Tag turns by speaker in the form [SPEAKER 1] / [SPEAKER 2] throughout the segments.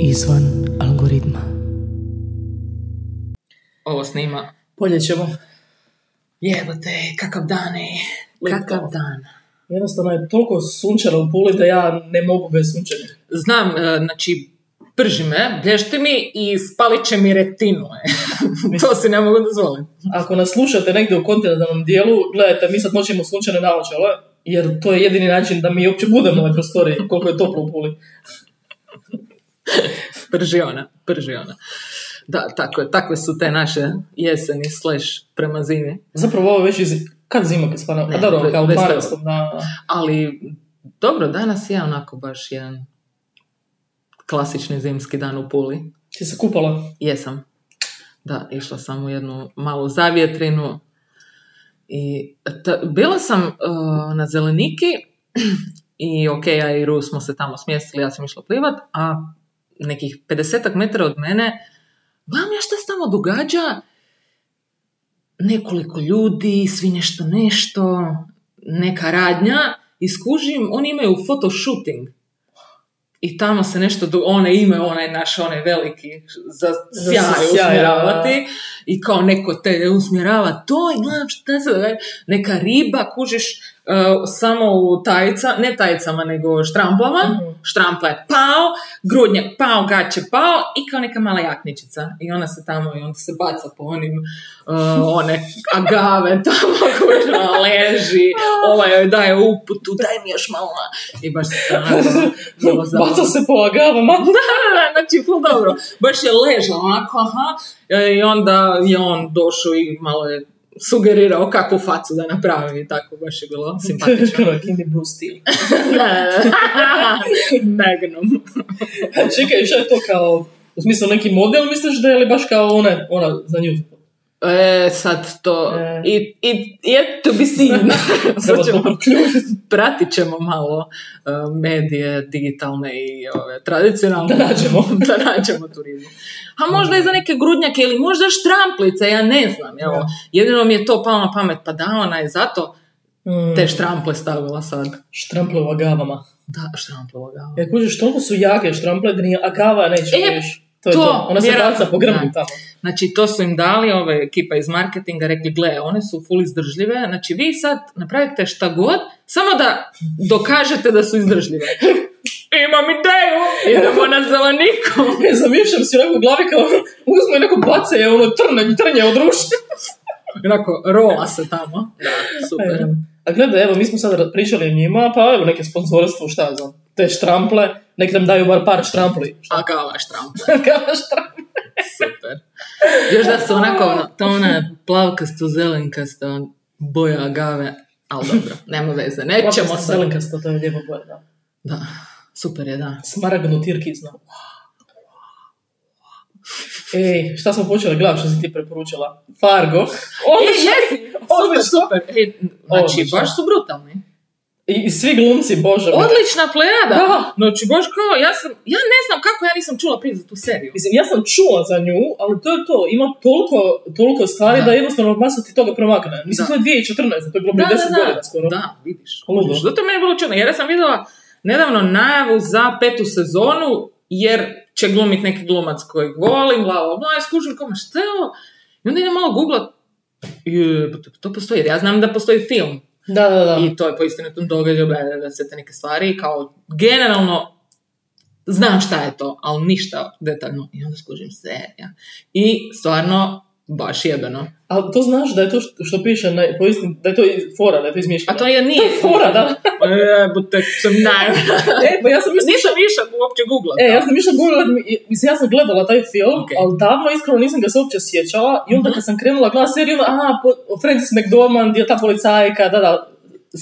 [SPEAKER 1] izvan algoritma.
[SPEAKER 2] Ovo snima.
[SPEAKER 1] Poljećemo.
[SPEAKER 2] Jebote, kakav dan e. je.
[SPEAKER 1] Kakav
[SPEAKER 2] dan.
[SPEAKER 1] Jednostavno je toliko sunčano u puli da ja ne mogu bez sunčanja.
[SPEAKER 2] Znam, e, znači, prži me, blješti mi i spalit će mi retinu. e. to si ne mogu dozvoliti.
[SPEAKER 1] Ako nas slušate negdje u kontinentalnom dijelu, gledajte, mi sad noćemo sunčane naočale, jer to je jedini način da mi uopće budemo u ovoj prostoriji, koliko je toplo u puli.
[SPEAKER 2] Prži ona, prži ona. Da, tako je, takve su te naše jeseni slash prema zimi.
[SPEAKER 1] Zapravo ovo je već iz... Kad zima kad spana?
[SPEAKER 2] Ne,
[SPEAKER 1] A dobro,
[SPEAKER 2] E, pre-
[SPEAKER 1] kao u
[SPEAKER 2] bez
[SPEAKER 1] 12. na...
[SPEAKER 2] Ali, dobro, danas je onako baš jedan klasični zimski dan u Puli.
[SPEAKER 1] Ti se kupala?
[SPEAKER 2] Jesam. Da, išla sam u jednu malu zavjetrinu. I ta- bila sam eh, na Zeleniki i ok, ja i Ru smo se tamo smjestili, ja sam išla plivat, a nekih 50 metara od mene, gledam ja šta se tamo događa, nekoliko ljudi, svi nešto nešto, neka radnja, i skužim, oni imaju photoshooting. I tamo se nešto, do... one imaju onaj naš, onaj veliki, za
[SPEAKER 1] Za
[SPEAKER 2] sjaj
[SPEAKER 1] sjaj,
[SPEAKER 2] usmjeravati. I kao neko te usmjerava to i gledam šta se događa. Neka riba, kužiš, uh, samo u tajca, ne tajcama, nego štramplama.
[SPEAKER 1] Mhm.
[SPEAKER 2] Štrampa je pao, grudnjak pao, gaće pao i kao neka mala jakničica. I ona se tamo, i onda se baca po onim, uh, one agave tamo kužna leži. Ova joj daje uputu, daj mi još malo. I baš se sam malo
[SPEAKER 1] Baca se po agavama.
[SPEAKER 2] da, znači, ful dobro. Baš je ležao onako, aha. E, I onda je on došao i malo je sugerirao kakvu facu da napravi i tako, baš je bilo simpatično.
[SPEAKER 1] Ono, Candy Blue Steel.
[SPEAKER 2] Da, da, da. Magnum.
[SPEAKER 1] Čekaj, šta je to kao... U smislu neki model misliš da je ili baš kao ona, ona za nju?
[SPEAKER 2] E, sad to,
[SPEAKER 1] E.
[SPEAKER 2] it, it, yet to be seen. Sad
[SPEAKER 1] Treba
[SPEAKER 2] ćemo-
[SPEAKER 1] to proključiti.
[SPEAKER 2] pratit ćemo malo e, medije digitalne i ove, tradicionalne.
[SPEAKER 1] Da nađemo.
[SPEAKER 2] da nađemo tu ribu. A možda i za neke grudnjake ili možda štramplice, ja ne znam. Evo.
[SPEAKER 1] Da.
[SPEAKER 2] Jedino mi je to palo na pamet, pa da, ona je zato
[SPEAKER 1] Mm.
[SPEAKER 2] te štrample stavila sad.
[SPEAKER 1] Štrample u agavama.
[SPEAKER 2] Da, štrample, da.
[SPEAKER 1] E, kužiš, toliko su jake štrample da nije agava neće
[SPEAKER 2] E,
[SPEAKER 1] više. To je
[SPEAKER 2] to,
[SPEAKER 1] to. Ona se
[SPEAKER 2] vjerojatno,
[SPEAKER 1] baca po grbu
[SPEAKER 2] da.
[SPEAKER 1] tamo.
[SPEAKER 2] Znači, to su im dali ove ekipa iz marketinga, rekli, gle, one su full izdržljive, znači vi sad napravite šta god, samo da dokažete da su izdržljive. Imam ideju, idemo na zeleniku.
[SPEAKER 1] E, zamišljam si onako u glavi kao uzme i neko baca je ono trne, trnje od ruške.
[SPEAKER 2] Onako, rola se tamo. Da, super.
[SPEAKER 1] A gledaj, evo, mi smo sad pričali o njima, pa evo neke sponzorstvo, šta ja znam, te štrample, nek nam daju bar par štrampli. Šta
[SPEAKER 2] A kava štrampa,
[SPEAKER 1] kao štrample?
[SPEAKER 2] super. Još da su onako, to ona plavkasto zelenkasta boja agave, ali dobro, nema veze, nećemo se.
[SPEAKER 1] selenkasto, to je lijepo boje, da.
[SPEAKER 2] Da, super je, da.
[SPEAKER 1] Smaragdno tirkizno. Ej, šta smo počeli gledati, što si ti preporučila? Fargo. Odlično.
[SPEAKER 2] E, jesi, super, super. E, znači,
[SPEAKER 1] Odlično.
[SPEAKER 2] baš su brutalni.
[SPEAKER 1] I, i svi glumci, bože. me.
[SPEAKER 2] Odlična plejada.
[SPEAKER 1] Da.
[SPEAKER 2] Znači, baš kao, ja sam, ja ne znam kako ja nisam čula prije za tu seriju.
[SPEAKER 1] Mislim, ja sam čula za nju, ali to je to. Ima toliko, toliko stvari da,
[SPEAKER 2] Da.
[SPEAKER 1] jednostavno masa ti toga promakne. Mislim,
[SPEAKER 2] Da.
[SPEAKER 1] to je 2014, to je bilo prije 10 godina skoro.
[SPEAKER 2] Da, vidiš.
[SPEAKER 1] Ludo.
[SPEAKER 2] Kužiš. Zato mi je bilo čudno, jer ja sam vidjela nedavno najavu za petu sezonu, jer će glumit neki glumac kojeg volim, bla, bla, bla, i skužim kao, ma šta je ovo? I onda idem malo googlat, je, pa to, to postoji, jer ja znam da postoji film.
[SPEAKER 1] Da, da, da.
[SPEAKER 2] I to je po istinitom događaju, bla, bla, bla, sve te neke stvari, i kao, generalno, znam šta je to, ali ništa detaljno. I onda skužim serija. I stvarno, baš jebeno.
[SPEAKER 1] Ali to znaš da je to što, što piše, na, po istim, da je to i fora, da je to izmišljeno.
[SPEAKER 2] A to je nije.
[SPEAKER 1] To je fora, da.
[SPEAKER 2] Jebote, sam najbolj.
[SPEAKER 1] e, pa ja sam mislila...
[SPEAKER 2] Nisam išla uopće googla.
[SPEAKER 1] E, ja sam išla googlat, mi- mislim, ja sam gledala taj film,
[SPEAKER 2] Ok. Mhm.
[SPEAKER 1] ali davno iskreno nisam ga se uopće sjećala i onda kad sam krenula gledat seriju, onda, aha, po- Frances McDormand je ta policajka, da, da,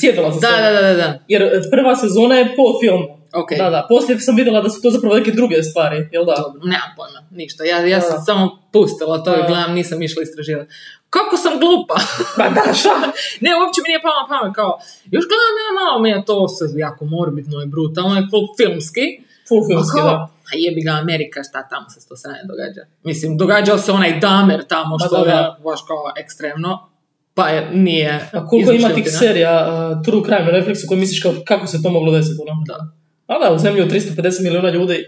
[SPEAKER 1] sjetila sam se.
[SPEAKER 2] Da, da, da, da, da.
[SPEAKER 1] Jer e, prva sezona je po filmu.
[SPEAKER 2] Ok.
[SPEAKER 1] Da, da, poslije sam vidjela da su to zapravo neke druge stvari, jel da?
[SPEAKER 2] Dobro, nemam pojma, ništa. Ja, ja sam
[SPEAKER 1] Da.
[SPEAKER 2] samo pustila to i
[SPEAKER 1] Da.
[SPEAKER 2] gledam, nisam išla istraživati. Kako sam glupa!
[SPEAKER 1] Pa da, šta?
[SPEAKER 2] ne, uopće mi nije palo na pamet, kao, još gledam ja malo, mi je to sad jako morbidno i brutalno, je full filmski.
[SPEAKER 1] Full filmski,
[SPEAKER 2] A kao,
[SPEAKER 1] da.
[SPEAKER 2] A jebi ga Amerika, šta tamo se to sranje događa? Mislim, događao se onaj damer tamo,
[SPEAKER 1] Ma
[SPEAKER 2] što
[SPEAKER 1] da, da.
[SPEAKER 2] je baš kao ekstremno, pa je, nije
[SPEAKER 1] A koliko ima tih
[SPEAKER 2] izmišljotina.
[SPEAKER 1] serija uh, True Crime na Netflixu koje misliš kao kako se to moglo desiti, ono?
[SPEAKER 2] Da,
[SPEAKER 1] A da, u zemlji od 350 milijuna ljudi,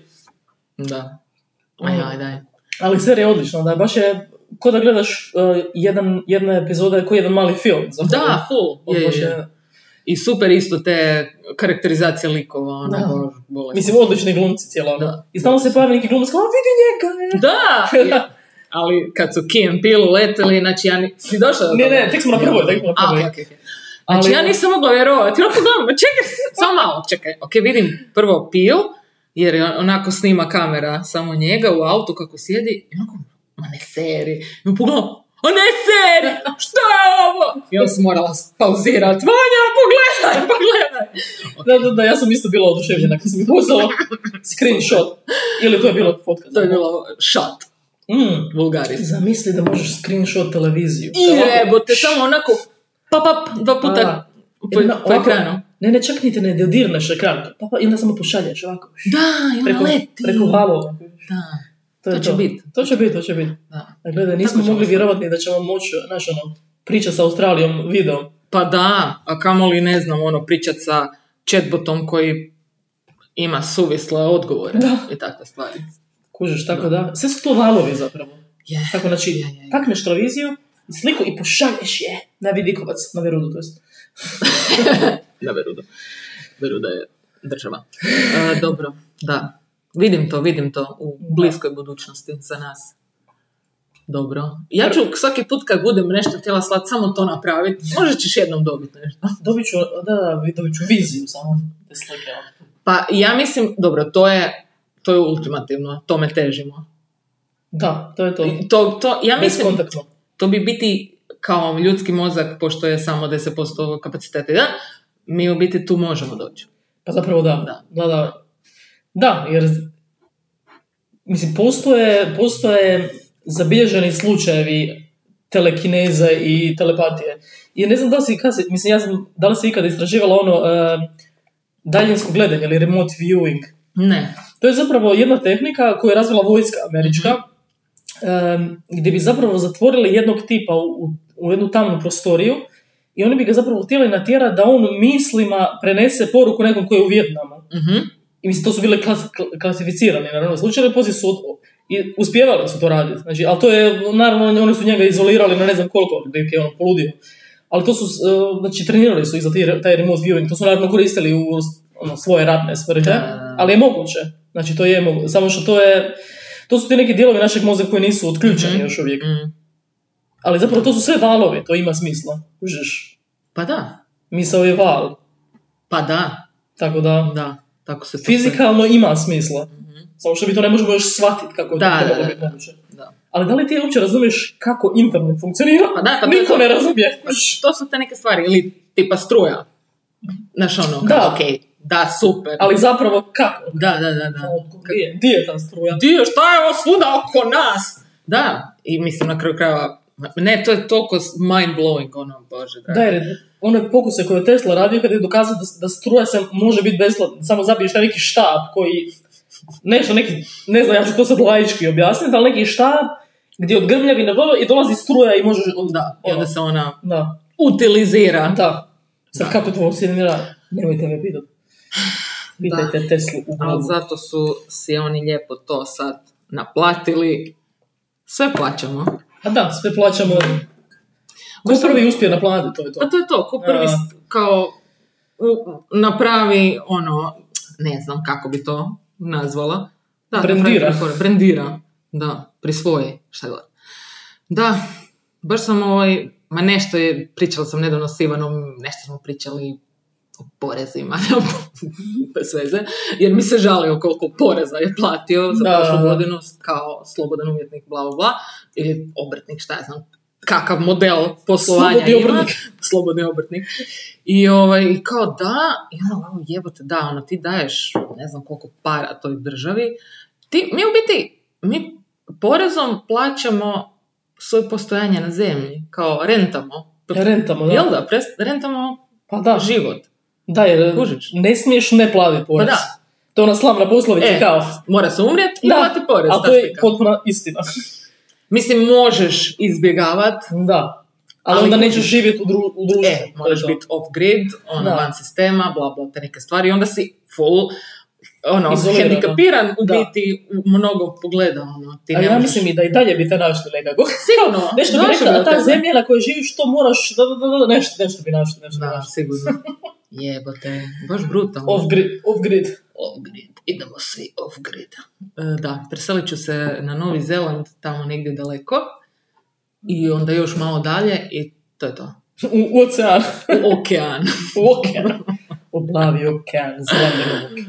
[SPEAKER 2] da. Aj, aj, daj.
[SPEAKER 1] Ali serija je odlična, da baš je ko da gledaš uh, jedan, jedna epizoda je koji jedan mali film. zapravo.
[SPEAKER 2] Da, full. Je,
[SPEAKER 1] Baš
[SPEAKER 2] je, je. I super isto te karakterizacije likova, ono,
[SPEAKER 1] Da.
[SPEAKER 2] bož, bolest.
[SPEAKER 1] Mislim, odlični glumci cijelo ono.
[SPEAKER 2] Da.
[SPEAKER 1] I stalno se pojavi neki glumac, kao, "A, vidi njega, e."
[SPEAKER 2] Da! je. Ali kad su Key and Peele uletili, znači ja ni... Si došla do
[SPEAKER 1] Ne,
[SPEAKER 2] toga?
[SPEAKER 1] ne, tek smo na prvoj, tek smo na
[SPEAKER 2] A,
[SPEAKER 1] prvoj.
[SPEAKER 2] okej, okej, okej. Znači
[SPEAKER 1] Ali-
[SPEAKER 2] ja nisam mogla vjerovati, ono gledam, ma čekaj, samo malo, čekaj. Ok, vidim prvo Peele, jer je onako snima kamera samo njega u autu kako sjedi i onako, ma ne seri. I on pogledam, a ne seri, što je ovo? I on se morala pauzirati, Vanja, pogledaj, pogledaj.
[SPEAKER 1] Da, da, da, ja sam isto bila oduševljena kad sam mi poslala screenshot. Ili to je bilo fotka.
[SPEAKER 2] To je bilo šat,
[SPEAKER 1] Mm.
[SPEAKER 2] vulgaris.
[SPEAKER 1] Zamisli da možeš screenshot televiziju.
[SPEAKER 2] I
[SPEAKER 1] Ovako,
[SPEAKER 2] jebote, samo onako, pap, pap, dva puta po,
[SPEAKER 1] jedna
[SPEAKER 2] po
[SPEAKER 1] ovako-
[SPEAKER 2] ekranu.
[SPEAKER 1] Ne, ne, čak niti ne dodirneš ekran. Pa, pa, i onda samo pošalješ ovako.
[SPEAKER 2] Da, i ona
[SPEAKER 1] Preko,
[SPEAKER 2] leti.
[SPEAKER 1] preko valova.
[SPEAKER 2] Da.
[SPEAKER 1] To, je
[SPEAKER 2] To će bit.
[SPEAKER 1] To će biti, to će biti.
[SPEAKER 2] Da.
[SPEAKER 1] Dakle, da nismo
[SPEAKER 2] Tako ćemo
[SPEAKER 1] mogli
[SPEAKER 2] se.
[SPEAKER 1] vjerovati ni da ćemo moći, znaš, ono, priča sa Australijom videom.
[SPEAKER 2] Pa da, a kamoli ne znam, ono, pričat sa chatbotom koji ima suvisle odgovore
[SPEAKER 1] Da.
[SPEAKER 2] i takve stvari.
[SPEAKER 1] Kužiš, tako da. Sve su to valovi zapravo.
[SPEAKER 2] Je.
[SPEAKER 1] Tako, znači,
[SPEAKER 2] Je, je, je.
[SPEAKER 1] takneš televiziju, sliku i pošalješ je na vidikovac, na verudu, to jest.
[SPEAKER 2] Da, Veruda. Veruda je država. E, dobro, da. Vidim to, vidim to u bliskoj budućnosti za nas. Dobro. Ja ću svaki put kad budem nešto htjela slat, samo to napraviti. Možda ćeš jednom dobiti nešto.
[SPEAKER 1] Dobit ću, da, da, vi- dobit ću viziju samo te slike. ono.
[SPEAKER 2] Pa ja mislim, dobro, to je, to je ultimativno, tome težimo.
[SPEAKER 1] Da, to je to.
[SPEAKER 2] I To, to, ja mislim,
[SPEAKER 1] Beskontaktno.
[SPEAKER 2] to bi biti kao ljudski mozak, pošto je samo 10% kapaciteta, da? Mi u biti tu možemo doći.
[SPEAKER 1] Pa zapravo da.
[SPEAKER 2] Da.
[SPEAKER 1] Da, da. Da, jer mislim, postoje, postoje zabilježeni slučajevi telekineze i telepatije. I ne znam da li si, kad si- mislim, ja sam, da li si ikada istraživala ono e, daljinsko gledanje ili remote viewing.
[SPEAKER 2] Ne.
[SPEAKER 1] To je zapravo jedna tehnika koju je razvila vojska američka, em, gdje bi zapravo zatvorili jednog tipa u, u jednu tamnu prostoriju i oni bi ga zapravo htjeli natjerati da on mislima prenese poruku nekom koji je u Vijetnamu.
[SPEAKER 2] Mhm.
[SPEAKER 1] I mislim, to su bile klas, kl- klasificirane, naravno, slučajevi, poslije su od- i uspjevali su to raditi. Znači, ali to je, naravno, oni su njega izolirali na ne znam koliko, da je on poludio. Ali to su, s- e, znači, trenirali su i za taj, taj remote viewing, to su naravno koristili u ono, svoje ratne svrhe,
[SPEAKER 2] Da.
[SPEAKER 1] ali je moguće. Znači, to je moguće, samo što to je, to su ti neki dijelovi našeg mozga koji nisu otključeni
[SPEAKER 2] Mhm.
[SPEAKER 1] još uvijek.
[SPEAKER 2] Mm.
[SPEAKER 1] Ali zapravo to su sve valovi, to ima smisla. Kužiš,
[SPEAKER 2] Pa da.
[SPEAKER 1] misao je val,
[SPEAKER 2] Pa da.
[SPEAKER 1] tako da...
[SPEAKER 2] Da. Tako se to sve-
[SPEAKER 1] Fizikalno ima smisla.
[SPEAKER 2] Mhm.
[SPEAKER 1] Samo što mi to ne možemo još shvatiti kako je
[SPEAKER 2] Da,
[SPEAKER 1] to
[SPEAKER 2] da,
[SPEAKER 1] trebalo
[SPEAKER 2] da,
[SPEAKER 1] biti
[SPEAKER 2] da.
[SPEAKER 1] moguće.
[SPEAKER 2] Da.
[SPEAKER 1] Ali da li ti uopće razumiješ kako internet funkcionira?
[SPEAKER 2] Pa da, pa to je
[SPEAKER 1] Niko
[SPEAKER 2] to.
[SPEAKER 1] ne razumije.
[SPEAKER 2] To su te neke stvari. Ili tipa struja. Znaš ono, kao,
[SPEAKER 1] Da.
[SPEAKER 2] okej, da, super.
[SPEAKER 1] Ali zapravo kako?
[SPEAKER 2] Da, da, da, da.
[SPEAKER 1] Gdje je- Gdje je ta struja?
[SPEAKER 2] Dio, šta je ovo svuda oko nas? Da, i mislim na kraju krajeva, ne, to je toliko mind blowing, ono, bože, dragi.
[SPEAKER 1] Da, jer one pokuse koje je Tesla radio kad je dokazao da, da struja se može biti besplatna, samo zabiješ taj neki štab koji, nešto neki, ne znam, ja ću to sad laički objasniti, ali neki štab gdje od grmljavine vrlo i dolazi struja i možeš...
[SPEAKER 2] Da, i onda se ona
[SPEAKER 1] Da,
[SPEAKER 2] utilizira.
[SPEAKER 1] da. Sad
[SPEAKER 2] Da.
[SPEAKER 1] kako to funkcionira, nemojte me pitati. Pitajte Teslu u
[SPEAKER 2] Ali
[SPEAKER 1] glavu.
[SPEAKER 2] zato su si oni lijepo to sad naplatili. Sve plaćamo.
[SPEAKER 1] A da, sve plaćamo. Ko
[SPEAKER 2] Mislim-
[SPEAKER 1] prvi uspije naplatiti, to je
[SPEAKER 2] A
[SPEAKER 1] to.
[SPEAKER 2] Mm. Pa to je to, ko prvi
[SPEAKER 1] Da.
[SPEAKER 2] s- kao u- napravi ono, ne znam kako bi to nazvala. Da,
[SPEAKER 1] Brendira.
[SPEAKER 2] napravi preporu- Brendira, da, prisvoji, šta god. Da, baš sam ovaj, ma nešto je, pričala sam nedavno s Ivanom, nešto smo pričali o porezima, bez veze, jer mi se žalio koliko poreza je platio za
[SPEAKER 1] Da,
[SPEAKER 2] prošlu
[SPEAKER 1] da, da.
[SPEAKER 2] godinu kao slobodan umjetnik, bla, bla, bla, ili obrtnik, šta ja znam, kakav model poslovanja
[SPEAKER 1] Slobodni
[SPEAKER 2] ima.
[SPEAKER 1] obrtnik.
[SPEAKER 2] Slobodni obrtnik. I ovaj, i kao da, i ono, wow, jebote, da, ono, ti daješ ne znam koliko para toj državi. Ti, mi u biti, mi porezom plaćamo svoje postojanje na zemlji, kao rentamo.
[SPEAKER 1] Rentamo, da.
[SPEAKER 2] Jel da, pres- rentamo
[SPEAKER 1] Pa da,
[SPEAKER 2] život.
[SPEAKER 1] da jer
[SPEAKER 2] Kužiš?
[SPEAKER 1] ne smiješ ne plavi porez.
[SPEAKER 2] Pa da.
[SPEAKER 1] To je ona slavna poslovica
[SPEAKER 2] E,
[SPEAKER 1] kao,
[SPEAKER 2] Mora se umrijeti i
[SPEAKER 1] Da,
[SPEAKER 2] plati porez.
[SPEAKER 1] a to
[SPEAKER 2] ta
[SPEAKER 1] je
[SPEAKER 2] slika.
[SPEAKER 1] potpuna istina.
[SPEAKER 2] Mislim, možeš izbjegavati
[SPEAKER 1] Da. Ali,
[SPEAKER 2] Ali
[SPEAKER 1] onda
[SPEAKER 2] kužiš.
[SPEAKER 1] nećeš živjeti u, dru- u društvu.
[SPEAKER 2] E, moraš
[SPEAKER 1] To je to.
[SPEAKER 2] biti off-grid, ono,
[SPEAKER 1] Da.
[SPEAKER 2] van sistema, bla, bla, te neke stvari. I onda si full ono,
[SPEAKER 1] Izolirano.
[SPEAKER 2] hendikapiran u
[SPEAKER 1] Da.
[SPEAKER 2] biti u mnogo pogleda, ono, ti
[SPEAKER 1] Ali
[SPEAKER 2] ne
[SPEAKER 1] ja
[SPEAKER 2] možeš-
[SPEAKER 1] mislim i da i dalje bi te našli nekako.
[SPEAKER 2] Sigurno, ono,
[SPEAKER 1] Nešto bi
[SPEAKER 2] našao
[SPEAKER 1] rekla, a
[SPEAKER 2] bi te,
[SPEAKER 1] ta
[SPEAKER 2] ne?
[SPEAKER 1] zemlja na kojoj živiš, to moraš, da, da, da, da, nešto, nešto bi našli, nešto bi
[SPEAKER 2] Da,
[SPEAKER 1] našli.
[SPEAKER 2] sigurno. Jebote, baš brutalno.
[SPEAKER 1] Off-grid, off-grid.
[SPEAKER 2] Off-grid. Idemo svi off-grid. E, Da, preselit ću se na Novi Zeland, tamo negdje daleko. I onda još malo dalje i to je to.
[SPEAKER 1] U, u ocean.
[SPEAKER 2] U okean.
[SPEAKER 1] U okean. U plavi okean, zeleni okean.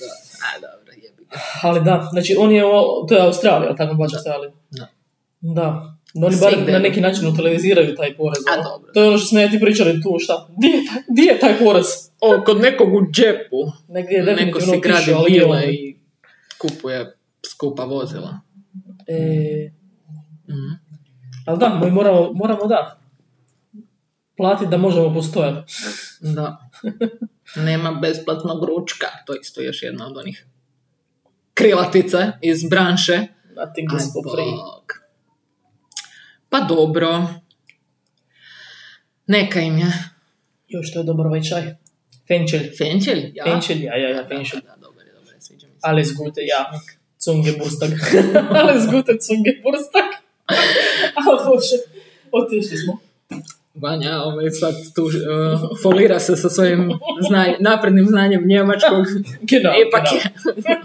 [SPEAKER 2] da, a dobro, jebi ga.
[SPEAKER 1] Ali da, znači on je, u, to je Australija, tako baš Australija.
[SPEAKER 2] Da.
[SPEAKER 1] Da. Da oni bar
[SPEAKER 2] Svigde.
[SPEAKER 1] na neki način utiliziraju taj porez.
[SPEAKER 2] A,
[SPEAKER 1] ono.
[SPEAKER 2] dobro.
[SPEAKER 1] To je ono što smo ja ti pričali tu, šta? Di je taj, di je taj porez?
[SPEAKER 2] O, kod nekog u džepu.
[SPEAKER 1] Negdje je
[SPEAKER 2] Neko
[SPEAKER 1] definitivno
[SPEAKER 2] si gradi
[SPEAKER 1] otišao, ali je ono-
[SPEAKER 2] vile i kupuje skupa vozila.
[SPEAKER 1] E,
[SPEAKER 2] Mhm.
[SPEAKER 1] ali da, mi moramo, moramo da. Platiti da možemo postojati.
[SPEAKER 2] Da. Nema besplatnog ručka. To je isto još jedna od onih krilatice iz branše.
[SPEAKER 1] Nothing
[SPEAKER 2] Aj,
[SPEAKER 1] is for free.
[SPEAKER 2] Bog. Pa dobro. Neka im je.
[SPEAKER 1] Još to je dobar ovaj čaj. Fenčelj.
[SPEAKER 2] Fenčelj? Ja.
[SPEAKER 1] Fenčelj, ja, ja, ja, fenčelj.
[SPEAKER 2] Da, da, dobro, je, dobro, je, sviđa mi se.
[SPEAKER 1] Alles gute, ja. Zungeburstag. Alles gute, Zungeburstag. A Oh, bože, otišli smo.
[SPEAKER 2] Vanja ovaj sad tu uh, folira se sa svojim znanj, naprednim znanjem njemačkog.
[SPEAKER 1] Genau,
[SPEAKER 2] Ipak
[SPEAKER 1] genau.
[SPEAKER 2] je.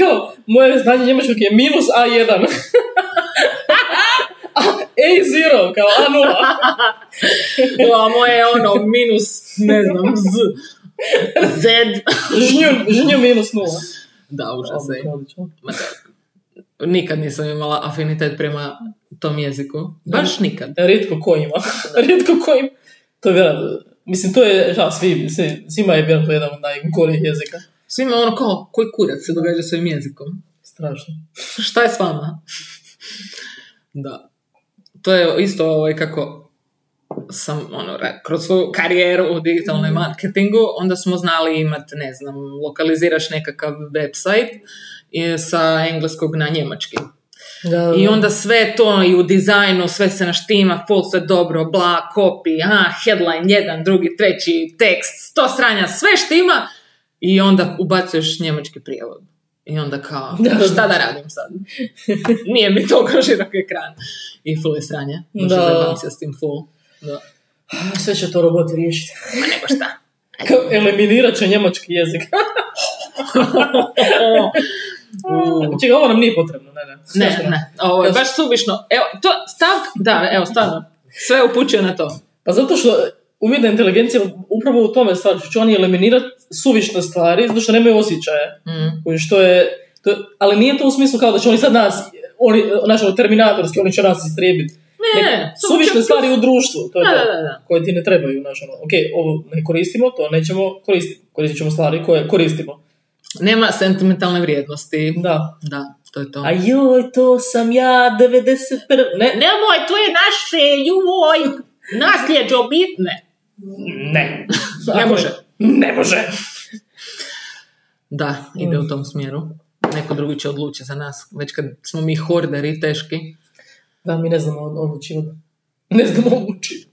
[SPEAKER 1] Kao, moje znanje njemačkog je minus A1. A, A0, kao A0.
[SPEAKER 2] A moje je ono minus, ne znam, z. Z.
[SPEAKER 1] Žnju, žnju minus nula.
[SPEAKER 2] Da, užasno je.
[SPEAKER 1] Odlično.
[SPEAKER 2] Ma da. Nikad nisam imala afinitet prema tom jeziku. Baš nikad.
[SPEAKER 1] Rijetko ko ima. Rijetko ko ima. To je vjerojatno. Mislim, to je, ja, svi, svi- svima je vjerojatno jedan od najgorih jezika.
[SPEAKER 2] Svima ono kao, koji kurac se događa svojim jezikom?
[SPEAKER 1] Strašno.
[SPEAKER 2] Šta je s vama? Da. To je isto ovaj kako sam ono, ra- kroz svoju karijeru u digitalnom marketingu, onda smo znali imati, ne znam, lokaliziraš nekakav website e, sa engleskog na njemački. I onda sve to i u dizajnu, sve se naštima, full sve dobro, bla, copy, aha, headline, jedan, drugi, treći, tekst, sto stranja, sve štima. I onda ubacuješ njemački prijevod. I onda kao,
[SPEAKER 1] Da, da,
[SPEAKER 2] šta da radim sad? Nije mi toliko širok ekran. I full je stranje. Možda
[SPEAKER 1] Da.
[SPEAKER 2] zajebam se s tim full. Da.
[SPEAKER 1] Sve će to roboti riješiti.
[SPEAKER 2] Ma nego šta.
[SPEAKER 1] Kao, eliminirat će njemački jezik.
[SPEAKER 2] U.
[SPEAKER 1] Čekaj, Znači, ovo nam nije potrebno, ne, ne.
[SPEAKER 2] Mm. Ne, ne, ovo je baš suvišno. Evo, to, stavk, da, evo, stvarno. Sve upućuje na to.
[SPEAKER 1] Pa zato što umjetna inteligencija upravo u tome je stvar, što će oni eliminirati suvišne stvari, zato što nemaju osjećaje.
[SPEAKER 2] Mm.
[SPEAKER 1] Koji Što je, to, ali nije to u smislu kao da će oni sad nas, oni, naš terminatorski, oni će nas istrijebiti.
[SPEAKER 2] Ne, ne, samo
[SPEAKER 1] Suvišne
[SPEAKER 2] će-
[SPEAKER 1] stvari u društvu, to je
[SPEAKER 2] Da,
[SPEAKER 1] to.
[SPEAKER 2] da, da, da.
[SPEAKER 1] koje ti ne trebaju, znaš, ono, ok, ovo ne koristimo, to nećemo koristiti, koristit ćemo stvari koje koristimo.
[SPEAKER 2] Nema sentimentalne vrijednosti.
[SPEAKER 1] Da.
[SPEAKER 2] Da, to je to.
[SPEAKER 1] A joj, to sam ja, 91. Ne,
[SPEAKER 2] Nemoj, to je naše, joj, nasljeđe obitne.
[SPEAKER 1] ne.
[SPEAKER 2] Ne može. Mm.
[SPEAKER 1] Ne može.
[SPEAKER 2] Da, ide u tom smjeru. Neko drugi će odlučiti za nas. Već kad smo mi horderi teški.
[SPEAKER 1] Da, mi ne znamo odlučivati. Ne znamo odlučivati.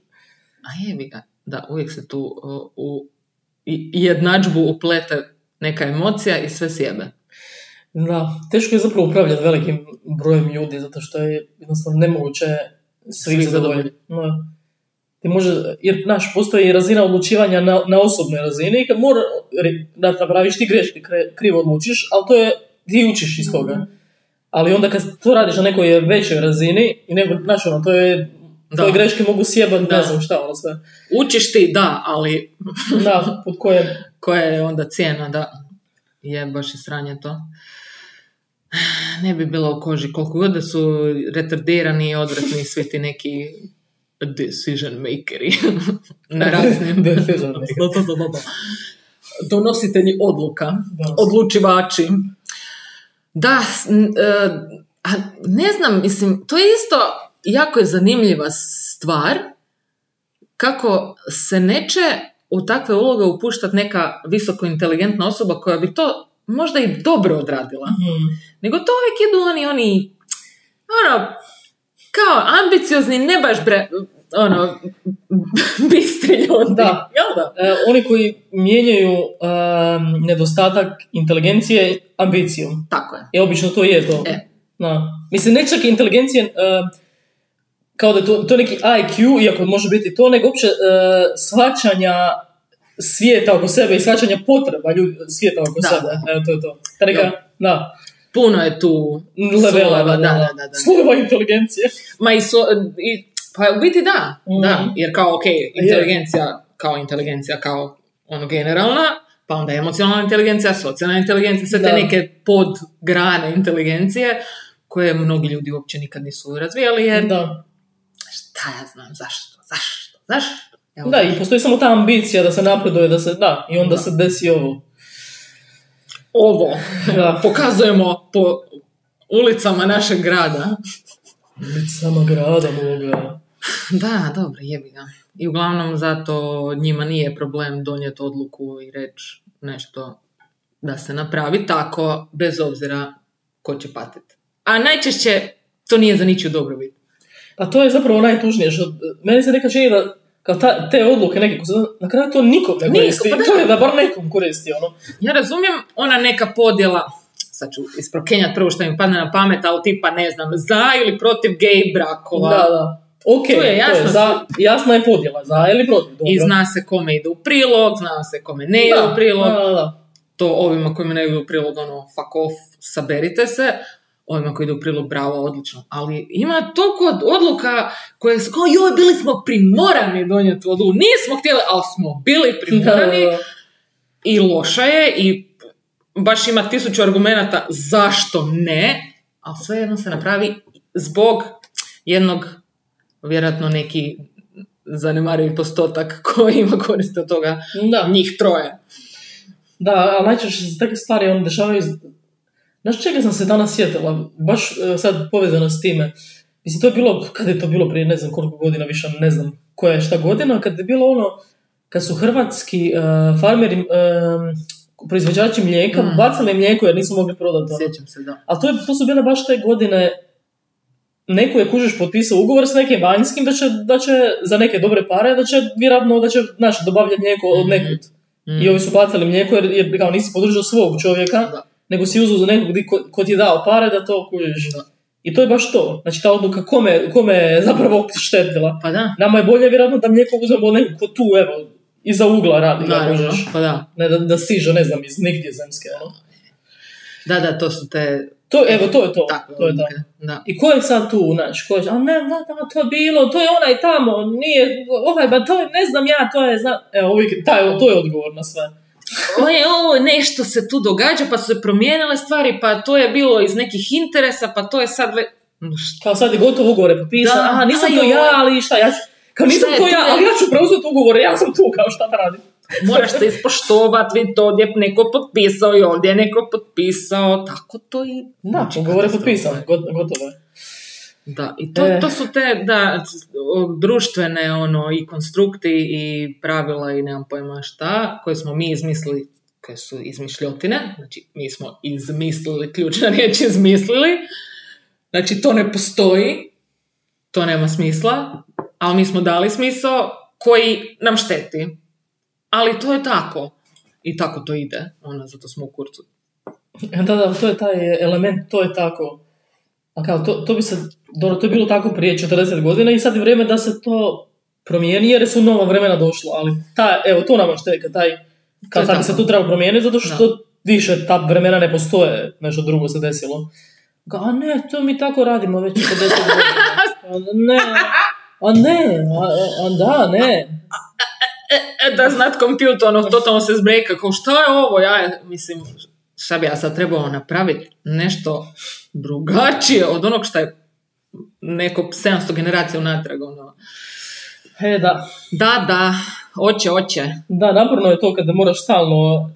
[SPEAKER 2] A jebi ga. Da, uvijek se tu uh, u i- jednadžbu uplete neka emocija i sve sjebe.
[SPEAKER 1] Da, teško je zapravo upravljati velikim brojem ljudi, zato što je jednostavno nemoguće svi
[SPEAKER 2] Svi zadovoljni.
[SPEAKER 1] zadovoljiti. No. Ti može, jer, znaš, postoji razina odlučivanja na, na osobnoj razini i kad mora, re- da napraviš ti greške, kre- krivo odlučiš, ali to je, ti učiš iz
[SPEAKER 2] Mhm.
[SPEAKER 1] toga. Ali onda kad to radiš na nekoj većoj razini, i nego, znaš, ono, to je,
[SPEAKER 2] Da.
[SPEAKER 1] tvoje greške mogu sjebati,
[SPEAKER 2] Da.
[SPEAKER 1] ne znam šta, ono sve.
[SPEAKER 2] Učiš ti, da, ali
[SPEAKER 1] Da, pod kojem,
[SPEAKER 2] koja je onda cijena, da. Je, baš je sranje to. Ne bi bilo u koži. Koliko god da su retardirani i odvratni svi ti neki decision makeri na raznim...
[SPEAKER 1] Decision makeri.
[SPEAKER 2] Da, da, da, da, da. Donositelji odluka,
[SPEAKER 1] Da.
[SPEAKER 2] odlučivači. Da, s- n- e, a ne znam, mislim, to je isto jako je zanimljiva stvar kako se neće u takve uloge upuštati neka visoko inteligentna osoba koja bi to možda i dobro odradila.
[SPEAKER 1] mhm.
[SPEAKER 2] Nego to uvijek idu oni, oni, ono, kao ambiciozni, ne baš bre, ono, bistri ljudi.
[SPEAKER 1] Da.
[SPEAKER 2] Jel da?
[SPEAKER 1] E, oni koji mijenjaju em, nedostatak inteligencije ambicijom.
[SPEAKER 2] Tako je.
[SPEAKER 1] E, obično to je to.
[SPEAKER 2] E.
[SPEAKER 1] Da. Mislim, ne čak i inteligencije, em, kao da je to, to je neki IQ, iako može biti to, nego uopće e, shvaćanja svijeta oko sebe i shvaćanja potreba ljudi, svijeta oko
[SPEAKER 2] Da.
[SPEAKER 1] sebe. E, to je to. Ta neka,
[SPEAKER 2] Da.
[SPEAKER 1] da,
[SPEAKER 2] Puno je tu
[SPEAKER 1] levela.
[SPEAKER 2] slojeva, da, da, da, da.
[SPEAKER 1] Slojeva inteligencije.
[SPEAKER 2] Ma i, so, i pa u biti da,
[SPEAKER 1] Mhm.
[SPEAKER 2] da, jer kao ok, inteligencija kao inteligencija kao ono generalna, pa onda emocionalna inteligencija, socijalna inteligencija, sve te
[SPEAKER 1] Da.
[SPEAKER 2] neke podgrane inteligencije koje mnogi ljudi uopće nikad nisu razvijali jer
[SPEAKER 1] Da.
[SPEAKER 2] šta ja znam, zašto, zašto, zašto? Evo,
[SPEAKER 1] da, i postoji samo ta ambicija da se napreduje, da se, da, i onda
[SPEAKER 2] Da.
[SPEAKER 1] se desi ovo.
[SPEAKER 2] ovo
[SPEAKER 1] Da.
[SPEAKER 2] pokazujemo po ulicama našeg grada.
[SPEAKER 1] Sama grada moga.
[SPEAKER 2] Da, dobro, jebi ga. I uglavnom zato njima nije problem donijeti odluku i reći nešto da se napravi tako, bez obzira ko će patiti. A najčešće to nije za ničiju dobrobit.
[SPEAKER 1] A to je zapravo najtužnije, što e, meni se nekad čini da kao ta, te odluke neke, koje su- na kraju to nikom ne
[SPEAKER 2] Nikom,
[SPEAKER 1] koristi.
[SPEAKER 2] pa da.
[SPEAKER 1] To je da bar nekom koristi, ono.
[SPEAKER 2] Ja razumijem ona neka podjela, sad ću isprokenjat prvo što mi padne na pamet, ali tipa ne znam, za ili protiv gej brakova.
[SPEAKER 1] Da, da. Ok,
[SPEAKER 2] Tu je
[SPEAKER 1] to je
[SPEAKER 2] jasno.
[SPEAKER 1] za, jasna je podjela, za ili protiv. Dobro.
[SPEAKER 2] I zna se kome ide u prilog, zna se kome ne ide
[SPEAKER 1] Da,
[SPEAKER 2] u prilog.
[SPEAKER 1] Da, da, da.
[SPEAKER 2] to ovima koji mi ne idu u prilog, ono, fuck off, saberite se, ovima koji idu u prilog, bravo, odlično. Ali ima toliko od- odluka koje su kao, joj, bili smo primorani donijeti odluku, nismo htjeli, ali smo bili
[SPEAKER 1] Da, da,
[SPEAKER 2] primorani
[SPEAKER 1] da.
[SPEAKER 2] i loša je i baš ima tisuću argumenata zašto ne, ali svejedno se napravi zbog jednog, vjerojatno neki zanemarivi postotak koji ima koriste od toga,
[SPEAKER 1] Da.
[SPEAKER 2] njih troje.
[SPEAKER 1] Da, ali najčešće se takve stvari on dešavaju... iz- Znaš čega sam se danas sjetila? Baš e, sad povezano s time. Mislim, to je bilo, kada je to bilo prije ne znam koliko godina, više ne znam koja je šta godina, kad je bilo ono, kad su hrvatski e, farmeri, e, proizvođači mlijeka,
[SPEAKER 2] Mm.
[SPEAKER 1] bacali mlijeko jer nisu mogli prodati ono.
[SPEAKER 2] Sjećam se, da.
[SPEAKER 1] Ali to, je, to su bile baš te godine, neko je kužiš potpisao ugovor s nekim vanjskim da će, da će za neke dobre pare, da će vjerojatno, da će, znaš, dobavljati mlijeko od
[SPEAKER 2] Mhm.
[SPEAKER 1] nekud.
[SPEAKER 2] Mm.
[SPEAKER 1] I ovi su bacali mlijeko jer, jer kao nisi podržao svog čovjeka,
[SPEAKER 2] Da.
[SPEAKER 1] nego si uzeo za nekog di- ko, ko ti je dao pare da to kužiš.
[SPEAKER 2] Da.
[SPEAKER 1] I to je baš to. Znači ta odluka kome, kome je zapravo štetila.
[SPEAKER 2] Pa da.
[SPEAKER 1] Nama je bolje vjerojatno da mlijeko uzmemo od nekog ko tu, evo, iza ugla radi, da,
[SPEAKER 2] Naravno,
[SPEAKER 1] kužiš.
[SPEAKER 2] pa da.
[SPEAKER 1] Ne, da, da siže, ne znam, iz nigdje zemske. Ono.
[SPEAKER 2] Da, da, to su te
[SPEAKER 1] To, evo, to je to.
[SPEAKER 2] takve
[SPEAKER 1] to je to.
[SPEAKER 2] odluke. Da.
[SPEAKER 1] I ko je sad tu, znaš, ko je, a ne, da, da, to je bilo, to je onaj tamo, nije, ovaj, ba, to je, ne znam ja, to je, zna... Evo, uvijek, taj, to je odgovor na sve.
[SPEAKER 2] Oje, ovo, nešto se tu događa, pa su se promijenile stvari, pa to je bilo iz nekih interesa, pa to je sad... Ve... No, šta?
[SPEAKER 1] kao sad je gotovo ugovore potpisan,
[SPEAKER 2] Da,
[SPEAKER 1] aha, nisam
[SPEAKER 2] aj,
[SPEAKER 1] to ja,
[SPEAKER 2] joj.
[SPEAKER 1] ali šta, ja ću, kao
[SPEAKER 2] Šta
[SPEAKER 1] nisam
[SPEAKER 2] je
[SPEAKER 1] to
[SPEAKER 2] to?
[SPEAKER 1] ja, ali ja ću preuzeti ugovore, ja sam tu, kao šta da radim.
[SPEAKER 2] Moraš se ispoštovat, vidi to ovdje je neko potpisao i ovdje je neko potpisao, tako to i...
[SPEAKER 1] Da,
[SPEAKER 2] Znači,
[SPEAKER 1] ugovore
[SPEAKER 2] katastrofa
[SPEAKER 1] potpisan,
[SPEAKER 2] je.
[SPEAKER 1] got- gotovo je.
[SPEAKER 2] Da, i to,
[SPEAKER 1] Eh.
[SPEAKER 2] to su te, da, o, društvene, ono, i konstrukti i pravila i nemam pojma šta, koje smo mi izmislili, koje su izmišljotine, znači mi smo izmislili, ključna riječ izmislili, znači to ne postoji, to nema smisla, ali mi smo dali smisao koji nam šteti. Ali to je tako. I tako to ide, ona, zato smo u kurcu.
[SPEAKER 1] E, Da, da, to je taj element, to je tako. A kao, to, to bi se, dobro, to je bilo tako prije 40 godina i sad je vrijeme da se to promijeni jer su nova vremena došla, ali ta, evo, to nama šteka, taj,
[SPEAKER 2] To je
[SPEAKER 1] kao sad bi
[SPEAKER 2] tako.
[SPEAKER 1] se tu trebalo promijeniti zato što
[SPEAKER 2] Da.
[SPEAKER 1] više ta vremena ne postoje, nešto drugo se desilo. Ga, a ne, to mi tako radimo već 40 godina. A ne, a ne, a, a- a da, ne.
[SPEAKER 2] e, da znat kompjut, ono, totalno se zbreka, kao šta je ovo, ja, mislim, šta bi ja sad trebao napraviti nešto drugačije od onog šta je neko 700 generacija unatrag, ono.
[SPEAKER 1] E, da.
[SPEAKER 2] Da, da, oće, oće.
[SPEAKER 1] Da, naporno je to kada moraš stalno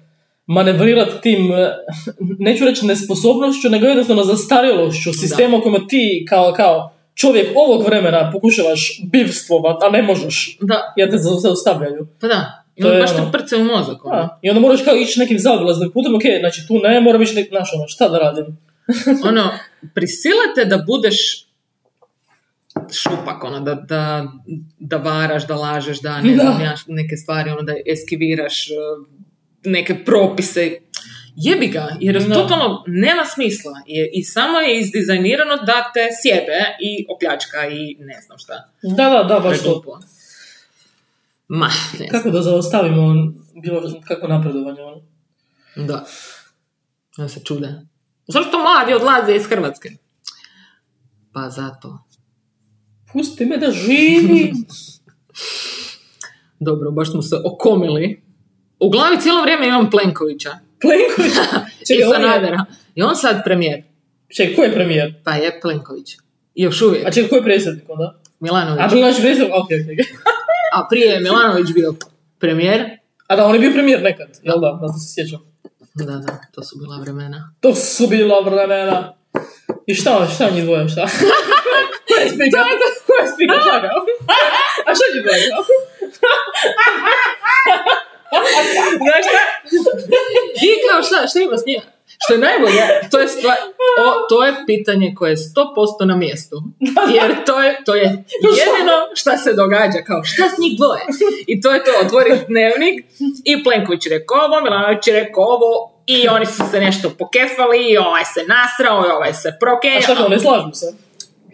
[SPEAKER 1] manevrirati tim, eh, neću reći nesposobnošću, nego jednostavno zastarjelošću sistema u kojima ti kao, kao čovjek ovog vremena pokušavaš bivstvovat, a ne možeš,
[SPEAKER 2] Da,
[SPEAKER 1] jer te za- zaustavljaju.
[SPEAKER 2] pa da. I
[SPEAKER 1] To
[SPEAKER 2] ono
[SPEAKER 1] je
[SPEAKER 2] baš te
[SPEAKER 1] ono.
[SPEAKER 2] prce u mozak. ono.
[SPEAKER 1] Da. I onda moraš kao ići nekim zaobilaznim putem, ok, znači tu ne, moram ići nek, znaš ono, šta da radim?
[SPEAKER 2] ono, prisilate da budeš šupak, ono, da, da, da varaš, da lažeš, da ne znam,
[SPEAKER 1] Da.
[SPEAKER 2] ja, neke stvari, ono, da eskiviraš e, neke propise. Jebi ga, jer
[SPEAKER 1] Da.
[SPEAKER 2] totalno nema smisla. I, I samo je izdizajnirano da te sjebe i opljačka i ne znam šta.
[SPEAKER 1] Da, da, da, baš to.
[SPEAKER 2] Preglupo. Ma, ne znam.
[SPEAKER 1] Kako da zaustavimo bilo kako napredovanje? ono?
[SPEAKER 2] Da. Ja se čude. Zašto mladi odlaze iz Hrvatske? Pa zato.
[SPEAKER 1] Pusti me da živim!
[SPEAKER 2] Dobro, baš smo se okomili. U glavi cijelo vrijeme imam Plenkovića
[SPEAKER 1] Plenković!
[SPEAKER 2] i
[SPEAKER 1] Čekaj, on je,
[SPEAKER 2] Sanadera. I on sad premijer.
[SPEAKER 1] čekaj, ko je premijer?
[SPEAKER 2] Pa je Plenković. Još uvijek.
[SPEAKER 1] A čekaj, ko je predsjednik onda?
[SPEAKER 2] Milanović.
[SPEAKER 1] A
[SPEAKER 2] A,
[SPEAKER 1] bilo naš predsjednik? Ok, ok.
[SPEAKER 2] prije je Milanović bio premijer.
[SPEAKER 1] A da, né, on je bio premijer nekad, jel da? Zato se sjećam.
[SPEAKER 2] Da, da, to su bila vremena.
[SPEAKER 1] To su bila vremena. I šta, šta njih dvoje, šta? Ko je spika? Ko je spika čaka? A šta njih dvoje? Znaš šta?
[SPEAKER 2] I kao šta, šta ima s njima? Što je najbolje, to je, stvar, o, to je pitanje koje je 100% na mjestu. Jer to je, to je jedino šta se događa, kao šta s njih dvoje. I to je to, otvoriš dnevnik i Plenković je rekao ovo, Milanović je rekao ovo, i oni su se nešto pokefali, i ovaj se nasrao, i ovaj se
[SPEAKER 1] A šta kao,
[SPEAKER 2] prokejao.
[SPEAKER 1] ne slažu se?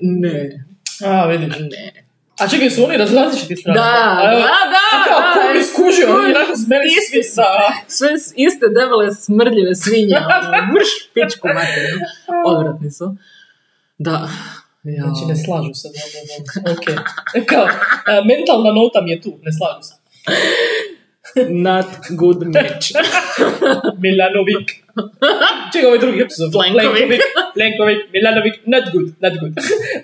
[SPEAKER 2] Ne,
[SPEAKER 1] A, vidiš.
[SPEAKER 2] ne.
[SPEAKER 1] A čekaj, su oni različiti
[SPEAKER 2] Da,
[SPEAKER 1] strana?
[SPEAKER 2] da, da,
[SPEAKER 1] A kao, ko bi
[SPEAKER 2] da,
[SPEAKER 1] skužio?
[SPEAKER 2] Skužio.
[SPEAKER 1] Oni onako s meni svi sa...
[SPEAKER 2] sve s- iste debele smrdljive svinje, ono, mrš pičku materinu. Odvratni su. Da. Ja. ovaj,
[SPEAKER 1] Znači, ne slažu se. Da, da, da. Ok. É Kao, a, mentalna nota mi je tu, ne slažu se.
[SPEAKER 2] Not good match.
[SPEAKER 1] Milanović. Čekaj, ovaj drugi epizod.
[SPEAKER 2] Plenković.
[SPEAKER 1] Plenković, Plenković, Milanović, not good, not good.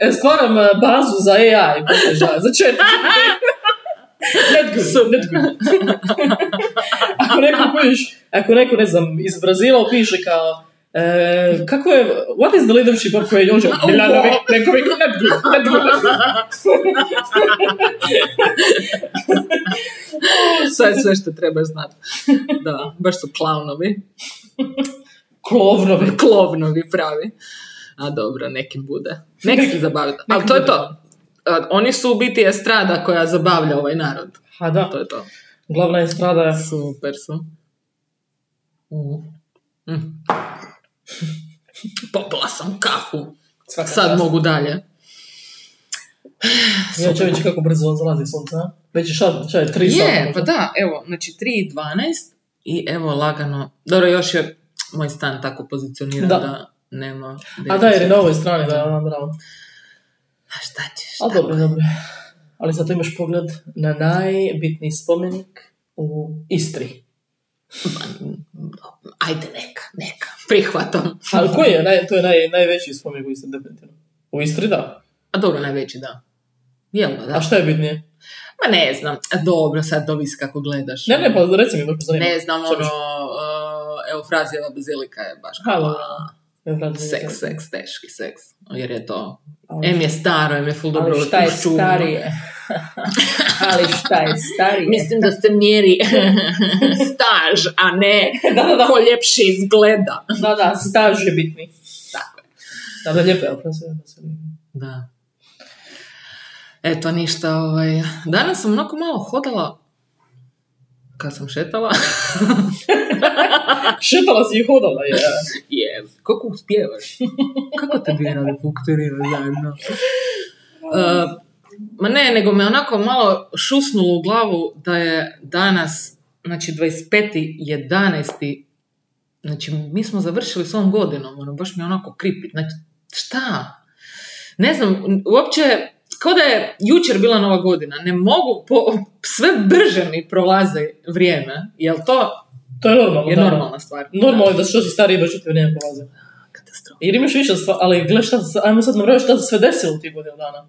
[SPEAKER 1] E, Stvaram e, bazu za AI, bože, za za chat. Not good, not good. ako neko piš, ako neko, ne znam, iz Brazila piše kao E, kako je, what is the leadership of Coelhoža? Milanović, Plenković, not good, not good.
[SPEAKER 2] Sve, sve što trebaš znati. Da, baš su klaunovi.
[SPEAKER 1] Klovnovi.
[SPEAKER 2] Klovnovi pravi. A dobro, nekim bude. Neki se zabavlja. Ali
[SPEAKER 1] Nekim
[SPEAKER 2] to je
[SPEAKER 1] bude.
[SPEAKER 2] to. A, Oni su u biti estrada koja zabavlja ovaj narod.
[SPEAKER 1] Ha da,
[SPEAKER 2] To je to.
[SPEAKER 1] glavna estrada je
[SPEAKER 2] Super su. Mm. Popila sam kafu.
[SPEAKER 1] svaka
[SPEAKER 2] Sad mogu dalje.
[SPEAKER 1] Ja čovječ kako brzo on zalazi sunce, a? Već je šta, šta je, tri
[SPEAKER 2] Je,
[SPEAKER 1] sata?
[SPEAKER 2] pa da, evo, znači 3 i 12 i evo lagano, dobro, još je moj stan tako pozicioniran da,
[SPEAKER 1] Da.
[SPEAKER 2] nema...
[SPEAKER 1] A da, jer je na ovoj strani, da, da, bravo.
[SPEAKER 2] A šta ćeš?
[SPEAKER 1] A
[SPEAKER 2] tako
[SPEAKER 1] dobro,
[SPEAKER 2] je.
[SPEAKER 1] dobro. Ali zato imaš pogled na najbitniji spomenik u Istri.
[SPEAKER 2] Ajde, neka, neka, prihvatam.
[SPEAKER 1] Ali koji je? Naj, to je naj, najveći spomenik u Istri, definitivno. U Istri, da.
[SPEAKER 2] A dobro, najveći, da. Jel, da, da.
[SPEAKER 1] A šta je bitnije?
[SPEAKER 2] Ma ne znam, A dobro, sad dovisi kako gledaš.
[SPEAKER 1] Ne, ne, pa reci mi, dobro, zanima.
[SPEAKER 2] Ne znam,
[SPEAKER 1] Šta
[SPEAKER 2] ono,
[SPEAKER 1] biš-
[SPEAKER 2] uh, eufrazijeva bazilika je baš
[SPEAKER 1] Ha,
[SPEAKER 2] kao,
[SPEAKER 1] dobro.
[SPEAKER 2] a,
[SPEAKER 1] Ne znam, ne znam.
[SPEAKER 2] seks, seks, teški seks. Jer je to,
[SPEAKER 1] Ali-
[SPEAKER 2] em je staro, em je full dobro
[SPEAKER 1] Ali šta je
[SPEAKER 2] uščuvano.
[SPEAKER 1] starije? Ali šta je starije?
[SPEAKER 2] Mislim da se mjeri staž, a ne
[SPEAKER 1] da, da, da.
[SPEAKER 2] ko ljepše izgleda.
[SPEAKER 1] Da, da, staž je bitni.
[SPEAKER 2] Tako
[SPEAKER 1] je. Da, da, lijepo je, opravo se- da se-
[SPEAKER 2] Da. Eto, ništa. Ovaj. Danas sam onako malo hodala kad sam šetala.
[SPEAKER 1] Šetala si i hodala, je.
[SPEAKER 2] Je, kako uspijevaš? Kako te dvije rade funkcionira zajedno? E, ma ne, nego me onako malo šusnulo u glavu da je danas, znači 25.11. Znači, mi smo završili s ovom godinom, ono, baš mi je onako kripi. Znači, šta? Ne znam, uopće, kao da je jučer bila nova godina, ne mogu, po, sve brže mi prolaze vrijeme, jel to
[SPEAKER 1] To je normalno.
[SPEAKER 2] je
[SPEAKER 1] da.
[SPEAKER 2] normalna stvar?
[SPEAKER 1] Normalno je da što si stariji imaš ti vrijeme prolaze.
[SPEAKER 2] Katastrofa.
[SPEAKER 1] Jer imaš više stvari, ali gle šta, se- ajmo sad nabrojati šta se sve desilo u tih godinu dana.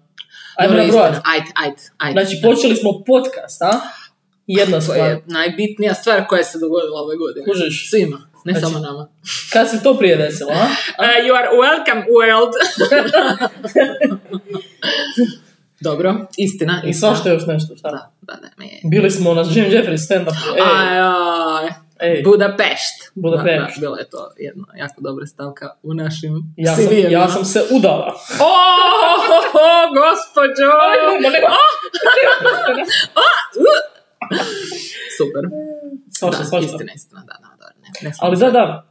[SPEAKER 1] Ajmo
[SPEAKER 2] Dobro,
[SPEAKER 1] nabrojati.
[SPEAKER 2] Pa istina. Ajde, ajde, ajde.
[SPEAKER 1] Znači, počeli smo podcast, a? Jedna
[SPEAKER 2] To
[SPEAKER 1] stvar.
[SPEAKER 2] je najbitnija stvar koja se dogodila ove godine.
[SPEAKER 1] Kužiš?
[SPEAKER 2] Svima, ne
[SPEAKER 1] Znači-
[SPEAKER 2] samo nama.
[SPEAKER 1] Kad se to prije desilo, a?
[SPEAKER 2] you are welcome, world. Dobro, istina,
[SPEAKER 1] I
[SPEAKER 2] istina.
[SPEAKER 1] svašta još nešto, šta?
[SPEAKER 2] Da, da, da, ne.
[SPEAKER 1] Bili smo na Jim Jeffries stand-up.
[SPEAKER 2] Aj, aj.
[SPEAKER 1] E. ej,
[SPEAKER 2] Budapešt.
[SPEAKER 1] Budapešt.
[SPEAKER 2] Da, da, bila je to jedna jako dobra stavka u našim
[SPEAKER 1] ja sam,
[SPEAKER 2] CV-evima.
[SPEAKER 1] ja sam se udala.
[SPEAKER 2] O, gospođo!
[SPEAKER 1] Ajmo, nema-
[SPEAKER 2] Super.
[SPEAKER 1] Svašta,
[SPEAKER 2] da,
[SPEAKER 1] svašta.
[SPEAKER 2] istina, istina, da, da, da. Ne, ne
[SPEAKER 1] Ali da, da,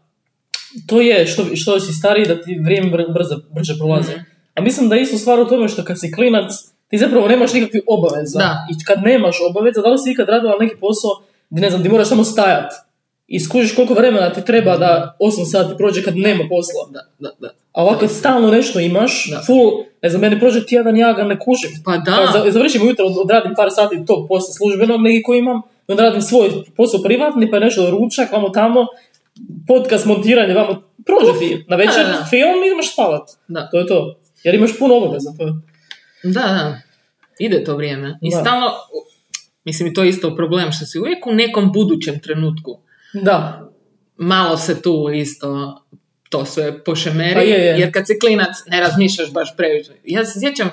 [SPEAKER 1] to je, što, što si stariji, da ti vrijeme br- brzo, brže prolazi.
[SPEAKER 2] Mhm.
[SPEAKER 1] A mislim da je isto stvar u tome što kad si klinac, ti zapravo nemaš nikakvih obaveza.
[SPEAKER 2] Da.
[SPEAKER 1] I kad nemaš obaveza, da li si ikad radila neki posao gdje, ne znam, gdje moraš samo stajat i skužiš koliko vremena ti treba da 8 sati prođe kad nema posla.
[SPEAKER 2] Da, da, da.
[SPEAKER 1] A ovako kad stalno nešto imaš,
[SPEAKER 2] Da.
[SPEAKER 1] full, ne znam, meni prođe tjedan, ja ga ne kužim.
[SPEAKER 2] Pa da,
[SPEAKER 1] Da. Završim ujutro, od- odradim par sati tog posla službenog neki koji imam, i onda radim svoj posao privatni, pa nešto ručak, vamo tamo, podcast, montiranje, vamo, prođe ti. Na večer
[SPEAKER 2] Da, da.
[SPEAKER 1] film i imaš spavat.
[SPEAKER 2] da,
[SPEAKER 1] To je to. Jer imaš puno obaveza. To je.
[SPEAKER 2] da, da. Ide to vrijeme. I
[SPEAKER 1] Da.
[SPEAKER 2] stalno, mislim i to je isto problem što si uvijek u nekom budućem trenutku.
[SPEAKER 1] Da.
[SPEAKER 2] Malo se tu isto to sve pošemeri,
[SPEAKER 1] Pa je, je.
[SPEAKER 2] jer kad si klinac ne razmišljaš baš previše. Ja se sjećam,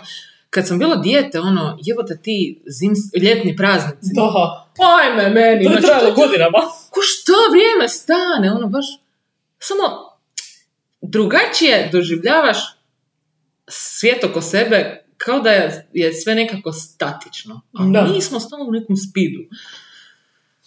[SPEAKER 2] kad sam bila dijete, ono, jebote ti zims- ljetni praznici.
[SPEAKER 1] Da.
[SPEAKER 2] Ajme meni,
[SPEAKER 1] To je
[SPEAKER 2] znači,
[SPEAKER 1] trajalo
[SPEAKER 2] to-
[SPEAKER 1] godinama.
[SPEAKER 2] ko što vrijeme stane, ono baš, samo drugačije doživljavaš svijet oko sebe kao da je, je sve nekako statično. A
[SPEAKER 1] Da.
[SPEAKER 2] mi smo stalno u nekom spidu.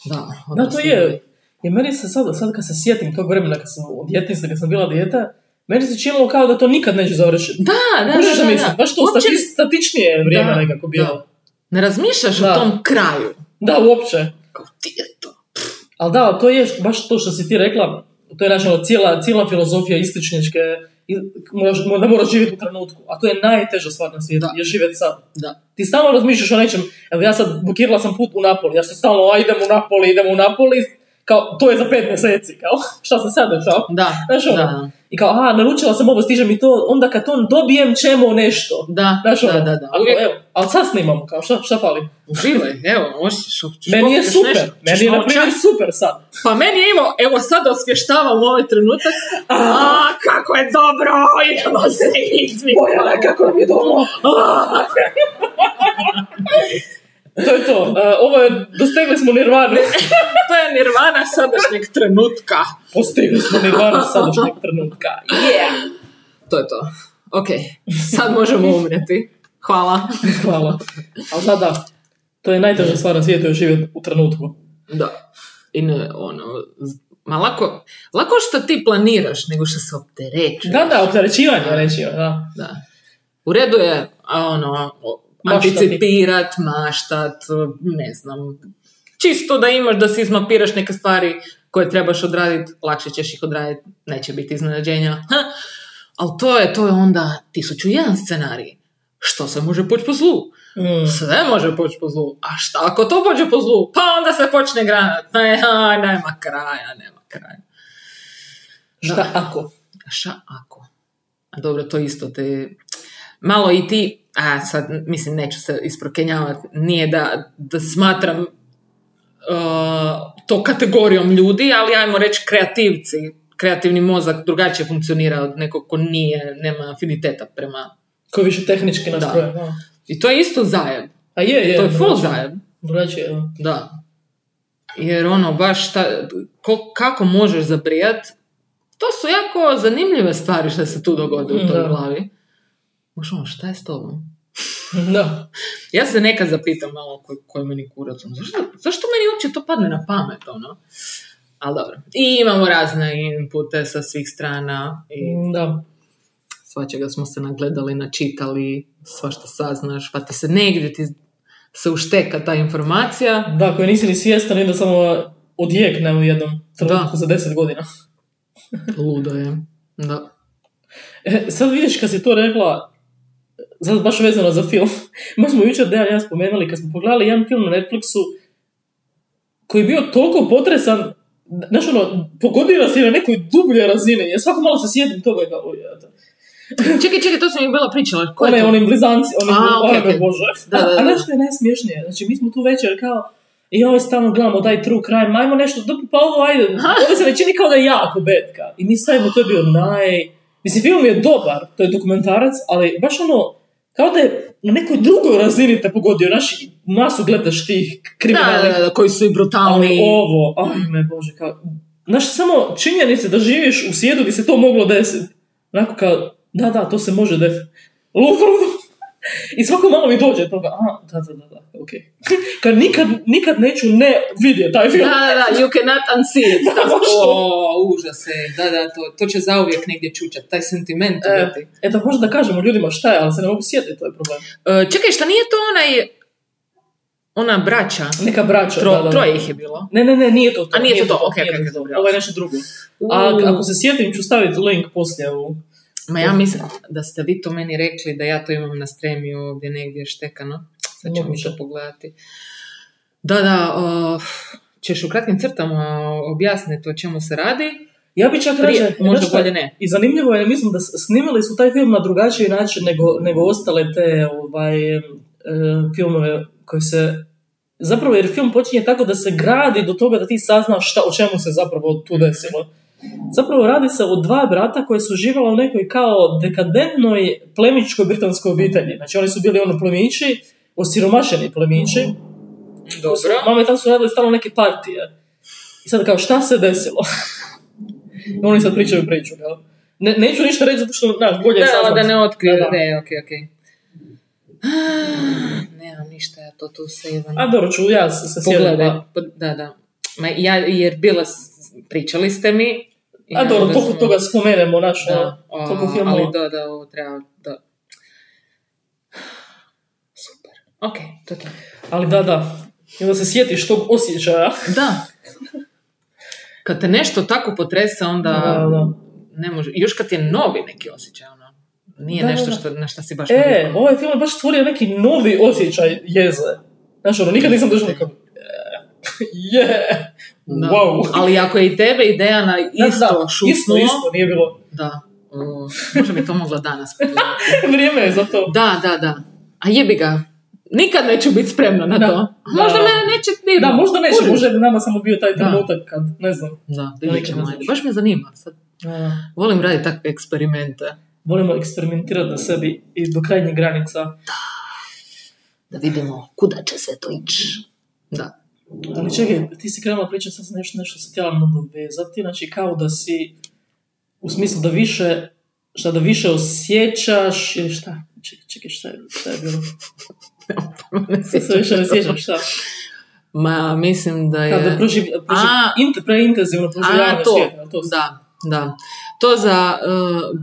[SPEAKER 2] Da,
[SPEAKER 1] Da, to
[SPEAKER 2] odnosno-
[SPEAKER 1] je. Jer meni se sad, sad kad se sjetim tog vremena kad sam od djetinjstva, kad sam bila dijeta, meni se činilo kao da to nikad neće završiti.
[SPEAKER 2] Da, da, da,
[SPEAKER 1] Kužiš
[SPEAKER 2] da,
[SPEAKER 1] što
[SPEAKER 2] da.
[SPEAKER 1] mislim? Baš to
[SPEAKER 2] Uopće
[SPEAKER 1] stati- statičnije vrijeme
[SPEAKER 2] Da,
[SPEAKER 1] nekako bilo.
[SPEAKER 2] ne razmišljaš
[SPEAKER 1] Da.
[SPEAKER 2] o tom kraju.
[SPEAKER 1] Da. uopće.
[SPEAKER 2] Kao ti je to.
[SPEAKER 1] Ali da, to je baš to što si ti rekla, to je naša ono, cijela, cijela filozofija ističničke, i- moraš, da moraš živjeti u trenutku, a to je najteža stvar na svijetu,
[SPEAKER 2] Da.
[SPEAKER 1] je živjeti sad.
[SPEAKER 2] Da.
[SPEAKER 1] Ti stalno razmišljaš o nečem, evo ja sad bukirala sam put u Napoli, ja sam stalno, a idem u Napoli, idem u Napoli, kao, to je za pet mjeseci, kao, šta se sad dešava?
[SPEAKER 2] Da,
[SPEAKER 1] Znaš ono?
[SPEAKER 2] da,
[SPEAKER 1] I kao, a, naručila sam ovo, stiže mi to, onda kad to dobijem, ćemo nešto.
[SPEAKER 2] da,
[SPEAKER 1] Znaš
[SPEAKER 2] da,
[SPEAKER 1] ono?
[SPEAKER 2] da, da.
[SPEAKER 1] Ako,
[SPEAKER 2] Uvijek
[SPEAKER 1] evo, ali sad snimamo, kao, šta, šta fali?
[SPEAKER 2] uživaj, evo, možeš, ćeš
[SPEAKER 1] Meni je
[SPEAKER 2] pokupiti
[SPEAKER 1] super,
[SPEAKER 2] nešto, ćeš
[SPEAKER 1] meni je na
[SPEAKER 2] malo
[SPEAKER 1] primjer
[SPEAKER 2] čas.
[SPEAKER 1] super sad.
[SPEAKER 2] Pa meni je imao, evo sad osvještavam ovaj trenutak, a kako je dobro, idemo se izmikati.
[SPEAKER 1] kako nam je doma. to je to. Uh, ovo je, dostegli smo nirvanu.
[SPEAKER 2] To je nirvana sadašnjeg trenutka.
[SPEAKER 1] Postigli smo nirvanu sadašnjeg trenutka.
[SPEAKER 2] Yeah. To je to. Ok, sad možemo umreti. Hvala.
[SPEAKER 1] Hvala. Ali da, da. To je najteža stvar na svijetu je živjeti u trenutku.
[SPEAKER 2] Da. I ne, ono, z- ma lako, lako što ti planiraš nego što se opterećuješ.
[SPEAKER 1] Da, da, opterećivanje reći, da.
[SPEAKER 2] Da. U redu je, a ono, o-
[SPEAKER 1] Maštati.
[SPEAKER 2] anticipirat, maštat, ne znam. Čisto da imaš, da si izmapiraš neke stvari koje trebaš odraditi, lakše ćeš ih odraditi, neće biti iznenađenja. Ha! Ali to je, to je onda tisuću i jedan scenarij. Što se može poći po zlu?
[SPEAKER 1] Mm.
[SPEAKER 2] Sve može poći po zlu. A šta ako to pođe po zlu? Pa onda se počne granat. Ne, a, nema kraja, nema kraja. Da.
[SPEAKER 1] Šta ako?
[SPEAKER 2] Ša ako? A Dobro, to isto te... Malo i ti, a sad, mislim, neću se isprokenjavati, nije da, da smatram uh, to kategorijom ljudi, ali ajmo reći kreativci. Kreativni mozak drugačije funkcionira od nekog ko nije, nema afiniteta prema...
[SPEAKER 1] Ko je više tehnički nastrojen. da.
[SPEAKER 2] I to je isto zajeb.
[SPEAKER 1] A je, je.
[SPEAKER 2] to je full
[SPEAKER 1] drugačije.
[SPEAKER 2] zajeb.
[SPEAKER 1] Drugačije, da.
[SPEAKER 2] Da. Jer ono, baš šta, ko- kako možeš zabrijat, to su jako zanimljive stvari što se tu dogode u toj
[SPEAKER 1] Da.
[SPEAKER 2] glavi. Možeš ono, šta je s tobom?
[SPEAKER 1] Da.
[SPEAKER 2] Ja se nekad zapitam malo koji ko je meni kurac. ono, Zašto, zašto meni uopće to padne na pamet, ono? Ali dobro. I imamo razne inpute sa svih strana i
[SPEAKER 1] Da.
[SPEAKER 2] svačega smo se nagledali, načitali, svašta saznaš, pa ti se negdje ti se ušteka ta informacija.
[SPEAKER 1] Da, koji nisi ni svjestan, onda samo odjekne u jednom trenutku za deset godina.
[SPEAKER 2] Ludo je. Da.
[SPEAKER 1] E, sad vidiš kad si to rekla, sad baš vezano za film, baš smo jučer Dejan i ja spomenuli kad smo pogledali jedan film na Netflixu koji je bio toliko potresan, znaš ono, pogodio nas je na nekoj dubljoj razini, ja svako malo se sjetim toga i kao, "Uj, eto."
[SPEAKER 2] Čekaj, čekaj, to sam mi bila pričala. Ko je
[SPEAKER 1] one,
[SPEAKER 2] to?
[SPEAKER 1] oni blizanci, oni,
[SPEAKER 2] A,
[SPEAKER 1] oj,
[SPEAKER 2] okej,
[SPEAKER 1] me
[SPEAKER 2] okej.
[SPEAKER 1] bože.
[SPEAKER 2] Da, da,
[SPEAKER 1] A-
[SPEAKER 2] da.
[SPEAKER 1] A znaš što je najsmješnije? Znači, mi smo tu večer kao, i ovaj stalno gledamo taj true crime, ajmo nešto, dobro, pa ovo, ajde, ovo se ne čini kao da je jako betka. I mi stavimo, to je bio naj... Mislim, film je dobar, to je dokumentarac, ali baš ono, Kao da je na nekoj drugoj razini te pogodio. Naši, masu gledaš tih kriminalnih.
[SPEAKER 2] Da, da, da, koji su i
[SPEAKER 1] ali
[SPEAKER 2] brutalni.
[SPEAKER 1] ovo, ajme bože, kao... Znaš, samo činjenice da živiš u svijetu gdje se to moglo desiti. Onako kao, da, da, to se može desiti. Lupravo. I svako malo mi dođe toga, a, da, da, da, da, okej. Kad nikad, nikad neću ne vidjeti taj
[SPEAKER 2] Da,
[SPEAKER 1] film.
[SPEAKER 2] da, da, you cannot unsee it. Da,
[SPEAKER 1] baš to.
[SPEAKER 2] o, užas je. Da, da, to, to će zauvijek negdje čučat, taj sentiment. u
[SPEAKER 1] E,
[SPEAKER 2] biti.
[SPEAKER 1] eto, možda da kažemo ljudima šta je, ali se ne mogu sjetiti, to je problem.
[SPEAKER 2] E, čekaj, šta nije to onaj, ona braća?
[SPEAKER 1] Neka braća,
[SPEAKER 2] Tro,
[SPEAKER 1] da, da, da.
[SPEAKER 2] troje ih je bilo.
[SPEAKER 1] Ne, ne, ne, nije to to.
[SPEAKER 2] A nije to to,
[SPEAKER 1] ok,
[SPEAKER 2] okej, okej, dobro.
[SPEAKER 1] Ovo je nešto drugo. A ako se sjetim, ću staviti link poslije u...
[SPEAKER 2] Ma ja mislim da ste vi to meni rekli da ja to imam na stremiju ovdje negdje štekano. Sad ćemo
[SPEAKER 1] Moguće.
[SPEAKER 2] to pogledati. Da, da, uh, ćeš u kratkim crtama objasniti o čemu se radi.
[SPEAKER 1] Ja bi čak
[SPEAKER 2] Prije,
[SPEAKER 1] rađe...
[SPEAKER 2] možda
[SPEAKER 1] znaš šta,
[SPEAKER 2] bolje ne.
[SPEAKER 1] I zanimljivo je, mislim da s- snimili su taj film na drugačiji način nego, nego ostale te ovaj, e, filmove koji se... Zapravo jer film počinje tako da se gradi do toga da ti saznaš šta, o čemu se zapravo tu desilo. Zapravo radi se o dva brata koje su živala u nekoj kao dekadentnoj plemičkoj britanskoj obitelji. Znači oni su bili ono plemići, osiromašeni plemići, su- Mama i tam su radili stalno neke partije. I sad kao, šta se desilo? I oni sad pričaju priču, kao. Ne, neću ništa reći zato što, znaš, bolje je
[SPEAKER 2] Da,
[SPEAKER 1] saznat.
[SPEAKER 2] da, da ne otkrije.
[SPEAKER 1] Da, da.
[SPEAKER 2] Ne, okej, okej. Ah, Nemam ništa, ja to tu se
[SPEAKER 1] A dobro, ću ja se, se sjedim,
[SPEAKER 2] Pogledaj,
[SPEAKER 1] a-
[SPEAKER 2] pa- da, da. Ma ja, jer bila, s- pričali ste mi. i
[SPEAKER 1] A dobro,
[SPEAKER 2] onda
[SPEAKER 1] toliko
[SPEAKER 2] smo-
[SPEAKER 1] toga spomenemo, naš,
[SPEAKER 2] Da,
[SPEAKER 1] ono,
[SPEAKER 2] a,
[SPEAKER 1] toliko filmova.
[SPEAKER 2] ali da, da, ovo treba, da. Super. Ok, to je to.
[SPEAKER 1] Ali da, da. I onda se sjetiš tog osjećaja.
[SPEAKER 2] Da. Kad te nešto tako potrese, onda
[SPEAKER 1] Da, da.
[SPEAKER 2] ne može, još kad je novi neki osjećaj, ono, nije
[SPEAKER 1] Da, da,
[SPEAKER 2] nešto
[SPEAKER 1] da.
[SPEAKER 2] što, na što si baš
[SPEAKER 1] E,
[SPEAKER 2] navikao.
[SPEAKER 1] ovaj film je baš stvorio neki novi osjećaj jeze. Znaš, ono, nikad nisam došao kao, je,
[SPEAKER 2] Da.
[SPEAKER 1] wow.
[SPEAKER 2] Ali ako je i tebe ideja na
[SPEAKER 1] Da, da,
[SPEAKER 2] isto
[SPEAKER 1] isto,
[SPEAKER 2] šutnulo,
[SPEAKER 1] isto, nije bilo.
[SPEAKER 2] da, o, možda bi to mogla danas pogledati.
[SPEAKER 1] Vrijeme je za to.
[SPEAKER 2] Da, da, da. A jebi ga. Nikad neću biti spremna na
[SPEAKER 1] Da.
[SPEAKER 2] to.
[SPEAKER 1] Da.
[SPEAKER 2] Možda mene neće ni
[SPEAKER 1] E, Da, možda neće,
[SPEAKER 2] kužiš.
[SPEAKER 1] možda je nama samo bio taj
[SPEAKER 2] No, Da.
[SPEAKER 1] trenutak kad, ne znam.
[SPEAKER 2] Da,
[SPEAKER 1] Da,
[SPEAKER 2] vidjet
[SPEAKER 1] nikad
[SPEAKER 2] ćemo,
[SPEAKER 1] ne
[SPEAKER 2] ajde.
[SPEAKER 1] znaš.
[SPEAKER 2] Baš me zanima. Sad volim raditi takve eksperimente.
[SPEAKER 1] Volimo eksperimentirati na sebi i do krajnjih granica.
[SPEAKER 2] Da vidimo kuda će sve to ići. Da.
[SPEAKER 1] Ali čekaj, ti si krenula pričati, sad sam nešto, nešto se htjela nadovezati, znači kao da si, u smislu da više, šta da više osjećaš, ili šta? Čekaj, čekaj, šta je, šta je bilo?
[SPEAKER 2] Ne
[SPEAKER 1] Sad se
[SPEAKER 2] sjećam
[SPEAKER 1] više ne
[SPEAKER 2] se
[SPEAKER 1] sjećam šta.
[SPEAKER 2] Ma, mislim da
[SPEAKER 1] Kao da
[SPEAKER 2] je...
[SPEAKER 1] proživ, proživ,
[SPEAKER 2] A.
[SPEAKER 1] int, preintenzivno proživljavanje
[SPEAKER 2] A, to.
[SPEAKER 1] svijeta. To,
[SPEAKER 2] Da, da. To za eh,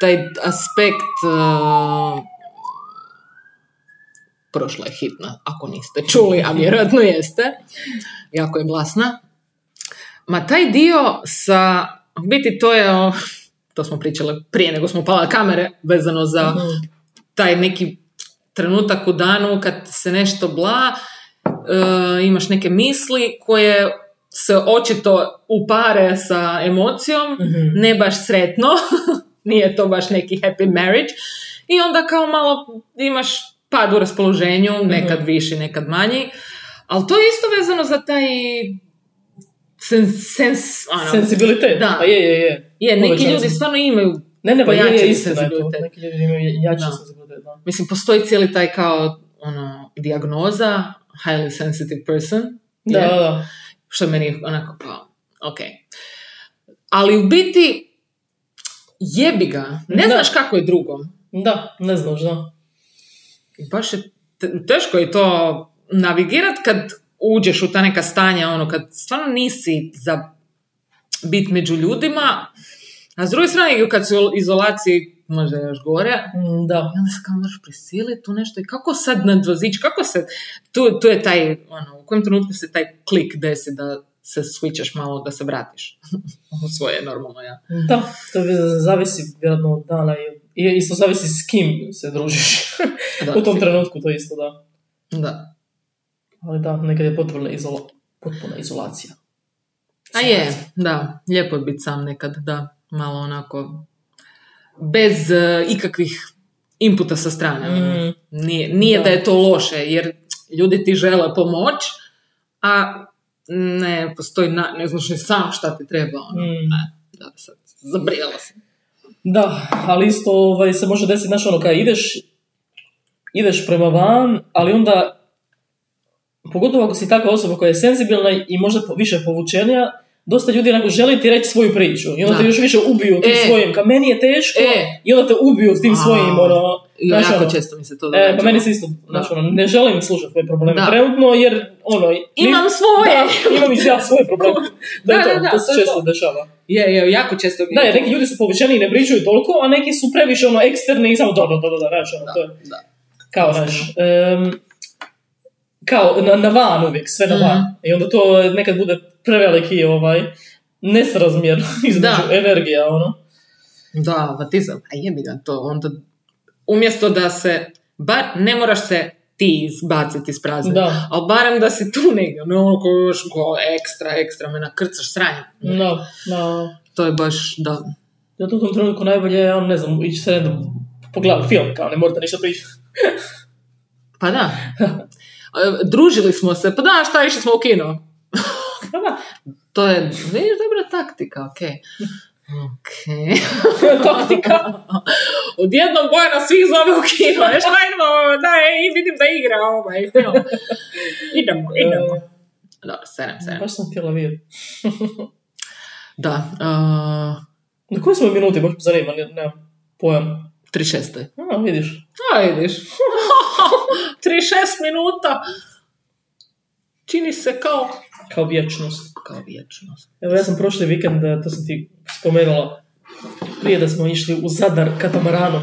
[SPEAKER 2] taj aspekt eh, prošla je hitna, ako niste čuli, a vjerojatno jeste. Jako je glasna. Ma taj dio sa, u biti to je, o, to smo pričale prije nego smo pala kamere, vezano za
[SPEAKER 1] Mhm.
[SPEAKER 2] taj neki trenutak u danu kad se nešto bla, e, imaš neke misli koje se očito upare sa emocijom,
[SPEAKER 1] Mhm.
[SPEAKER 2] ne baš sretno, nije to baš neki happy marriage, i onda kao malo imaš pad u raspoloženju, nekad viši, nekad manji, ali to je isto vezano za taj sen, sens, ono,
[SPEAKER 1] Sensibilitet,
[SPEAKER 2] Da.
[SPEAKER 1] pa je, je, je.
[SPEAKER 2] je, neki
[SPEAKER 1] Povećan
[SPEAKER 2] ljudi
[SPEAKER 1] sam.
[SPEAKER 2] stvarno imaju
[SPEAKER 1] Ne, ne, pa je, je,
[SPEAKER 2] Pojačani
[SPEAKER 1] istina je to.
[SPEAKER 2] senzibilitet.
[SPEAKER 1] Neki ljudi imaju jači
[SPEAKER 2] Da.
[SPEAKER 1] senzibilitet, da.
[SPEAKER 2] Mislim, postoji cijeli taj kao ono, dijagnoza, highly sensitive person,
[SPEAKER 1] Da,
[SPEAKER 2] je,
[SPEAKER 1] da, da.
[SPEAKER 2] što je meni onako kao, ok. Ali u biti, jebi ga, ne
[SPEAKER 1] Da.
[SPEAKER 2] znaš kako je drugom.
[SPEAKER 1] Da, ne znaš, da.
[SPEAKER 2] I baš je te- teško je to navigirat kad uđeš u ta neka stanja, ono, kad stvarno nisi za bit među ljudima, a s druge strane, kad si u izolaciji, možda je još gore,
[SPEAKER 1] Mm, Da.
[SPEAKER 2] I onda se kao moraš prisiliti tu nešto i kako sad nadvozić, kako se, tu, tu je taj, ono, u kojem trenutku se taj klik desi da se switchaš malo, da se vratiš u svoje normalno ja.
[SPEAKER 1] Da, to bi zavisi vjerojatno od dana i- i isto zavisi s kim se družiš.
[SPEAKER 2] Da,
[SPEAKER 1] u tom trenutku to isto, da.
[SPEAKER 2] Da.
[SPEAKER 1] Ali da, nekad je potpuna, izola, potpuna izolacija.
[SPEAKER 2] A je, da, lijepo je biti sam nekad, da, malo onako, bez eh, ikakvih inputa sa strane. ono.
[SPEAKER 1] Mm,
[SPEAKER 2] Nije, nije
[SPEAKER 1] Da.
[SPEAKER 2] da. je to loše, jer ljudi ti žele pomoć, a ne postoji, na, ne znaš ni sam šta ti treba, ono.
[SPEAKER 1] mm.
[SPEAKER 2] da sad zabrijala sam.
[SPEAKER 1] Da, ali isto ovaj, se može desiti, znaš, ono, kada ideš, ideš prema van, ali onda, pogotovo ako si takva osoba koja je senzibilna i možda po- više povučenija, dosta ljudi onako želi ti reći svoju priču i onda
[SPEAKER 2] Da.
[SPEAKER 1] te još više ubiju tim
[SPEAKER 2] E.
[SPEAKER 1] svojim, ka meni je teško
[SPEAKER 2] E.
[SPEAKER 1] i onda te ubiju s tim
[SPEAKER 2] A.
[SPEAKER 1] svojim, ono,
[SPEAKER 2] I
[SPEAKER 1] znaš,
[SPEAKER 2] jako
[SPEAKER 1] ono,
[SPEAKER 2] često mi se to događa.
[SPEAKER 1] E, pa meni se isto, znaš, ono, ne želim slušati tvoje probleme
[SPEAKER 2] Da.
[SPEAKER 1] trenutno, jer, ono, ni-
[SPEAKER 2] Imam svoje!
[SPEAKER 1] da, imam i ja svoje probleme. Da,
[SPEAKER 2] Da,
[SPEAKER 1] to,
[SPEAKER 2] da, da,
[SPEAKER 1] to se
[SPEAKER 2] to je
[SPEAKER 1] često
[SPEAKER 2] to.
[SPEAKER 1] dešava.
[SPEAKER 2] Je, je, jako često
[SPEAKER 1] Da, jer neki ljudi su povučeni i ne pričaju toliko, a neki su previše, ono, eksterni i samo dobro, dobro, da, znaš, ono,
[SPEAKER 2] Da,
[SPEAKER 1] to je
[SPEAKER 2] da.
[SPEAKER 1] kao,
[SPEAKER 2] Istina.
[SPEAKER 1] znaš, em, kao na, na van uvijek, sve na van.
[SPEAKER 2] Mhm.
[SPEAKER 1] I onda to nekad bude preveliki, ovaj, nesrazmjer između
[SPEAKER 2] Da.
[SPEAKER 1] energija, ono.
[SPEAKER 2] Da, avatizam, a jebi ga to, onda umjesto da se, bar ne moraš se ti izbaciti iz prazne,
[SPEAKER 1] Da.
[SPEAKER 2] ali barem da si tu negdje, ne ono ko još go, ekstra, ekstra, me nakrcaš sranje.
[SPEAKER 1] Da, da.
[SPEAKER 2] To je baš, da,
[SPEAKER 1] Zato u tom trenutku najbolje je, ono, ne znam, ići se redom pogledati film, kao ne morate ništa pričati.
[SPEAKER 2] pa da. E, Družili smo se, pa da, šta išli smo u kino.
[SPEAKER 1] Da, da.
[SPEAKER 2] To je, vidiš, dobra taktika, okej. Okej.
[SPEAKER 1] Taktika.
[SPEAKER 2] Odjednom Bojana svih zove u kino, e, šta idemo, da, e, vidim da igra ovaj film. Idemo, idemo.
[SPEAKER 1] E,
[SPEAKER 2] Dobro, serem, serem.
[SPEAKER 1] Baš sam htjela vidjeti.
[SPEAKER 2] Da, uh,
[SPEAKER 1] Na kojoj smo minuti, baš me zanima, ne, nemam pojam.
[SPEAKER 2] 36.
[SPEAKER 1] A, vidiš.
[SPEAKER 2] A, vidiš. 36 minuta. Čini se kao...
[SPEAKER 1] Kao vječnost.
[SPEAKER 2] Kao vječnost.
[SPEAKER 1] Evo, ja sam prošli vikend, e, to sam ti spomenula, prije da smo išli u Zadar katamaranom.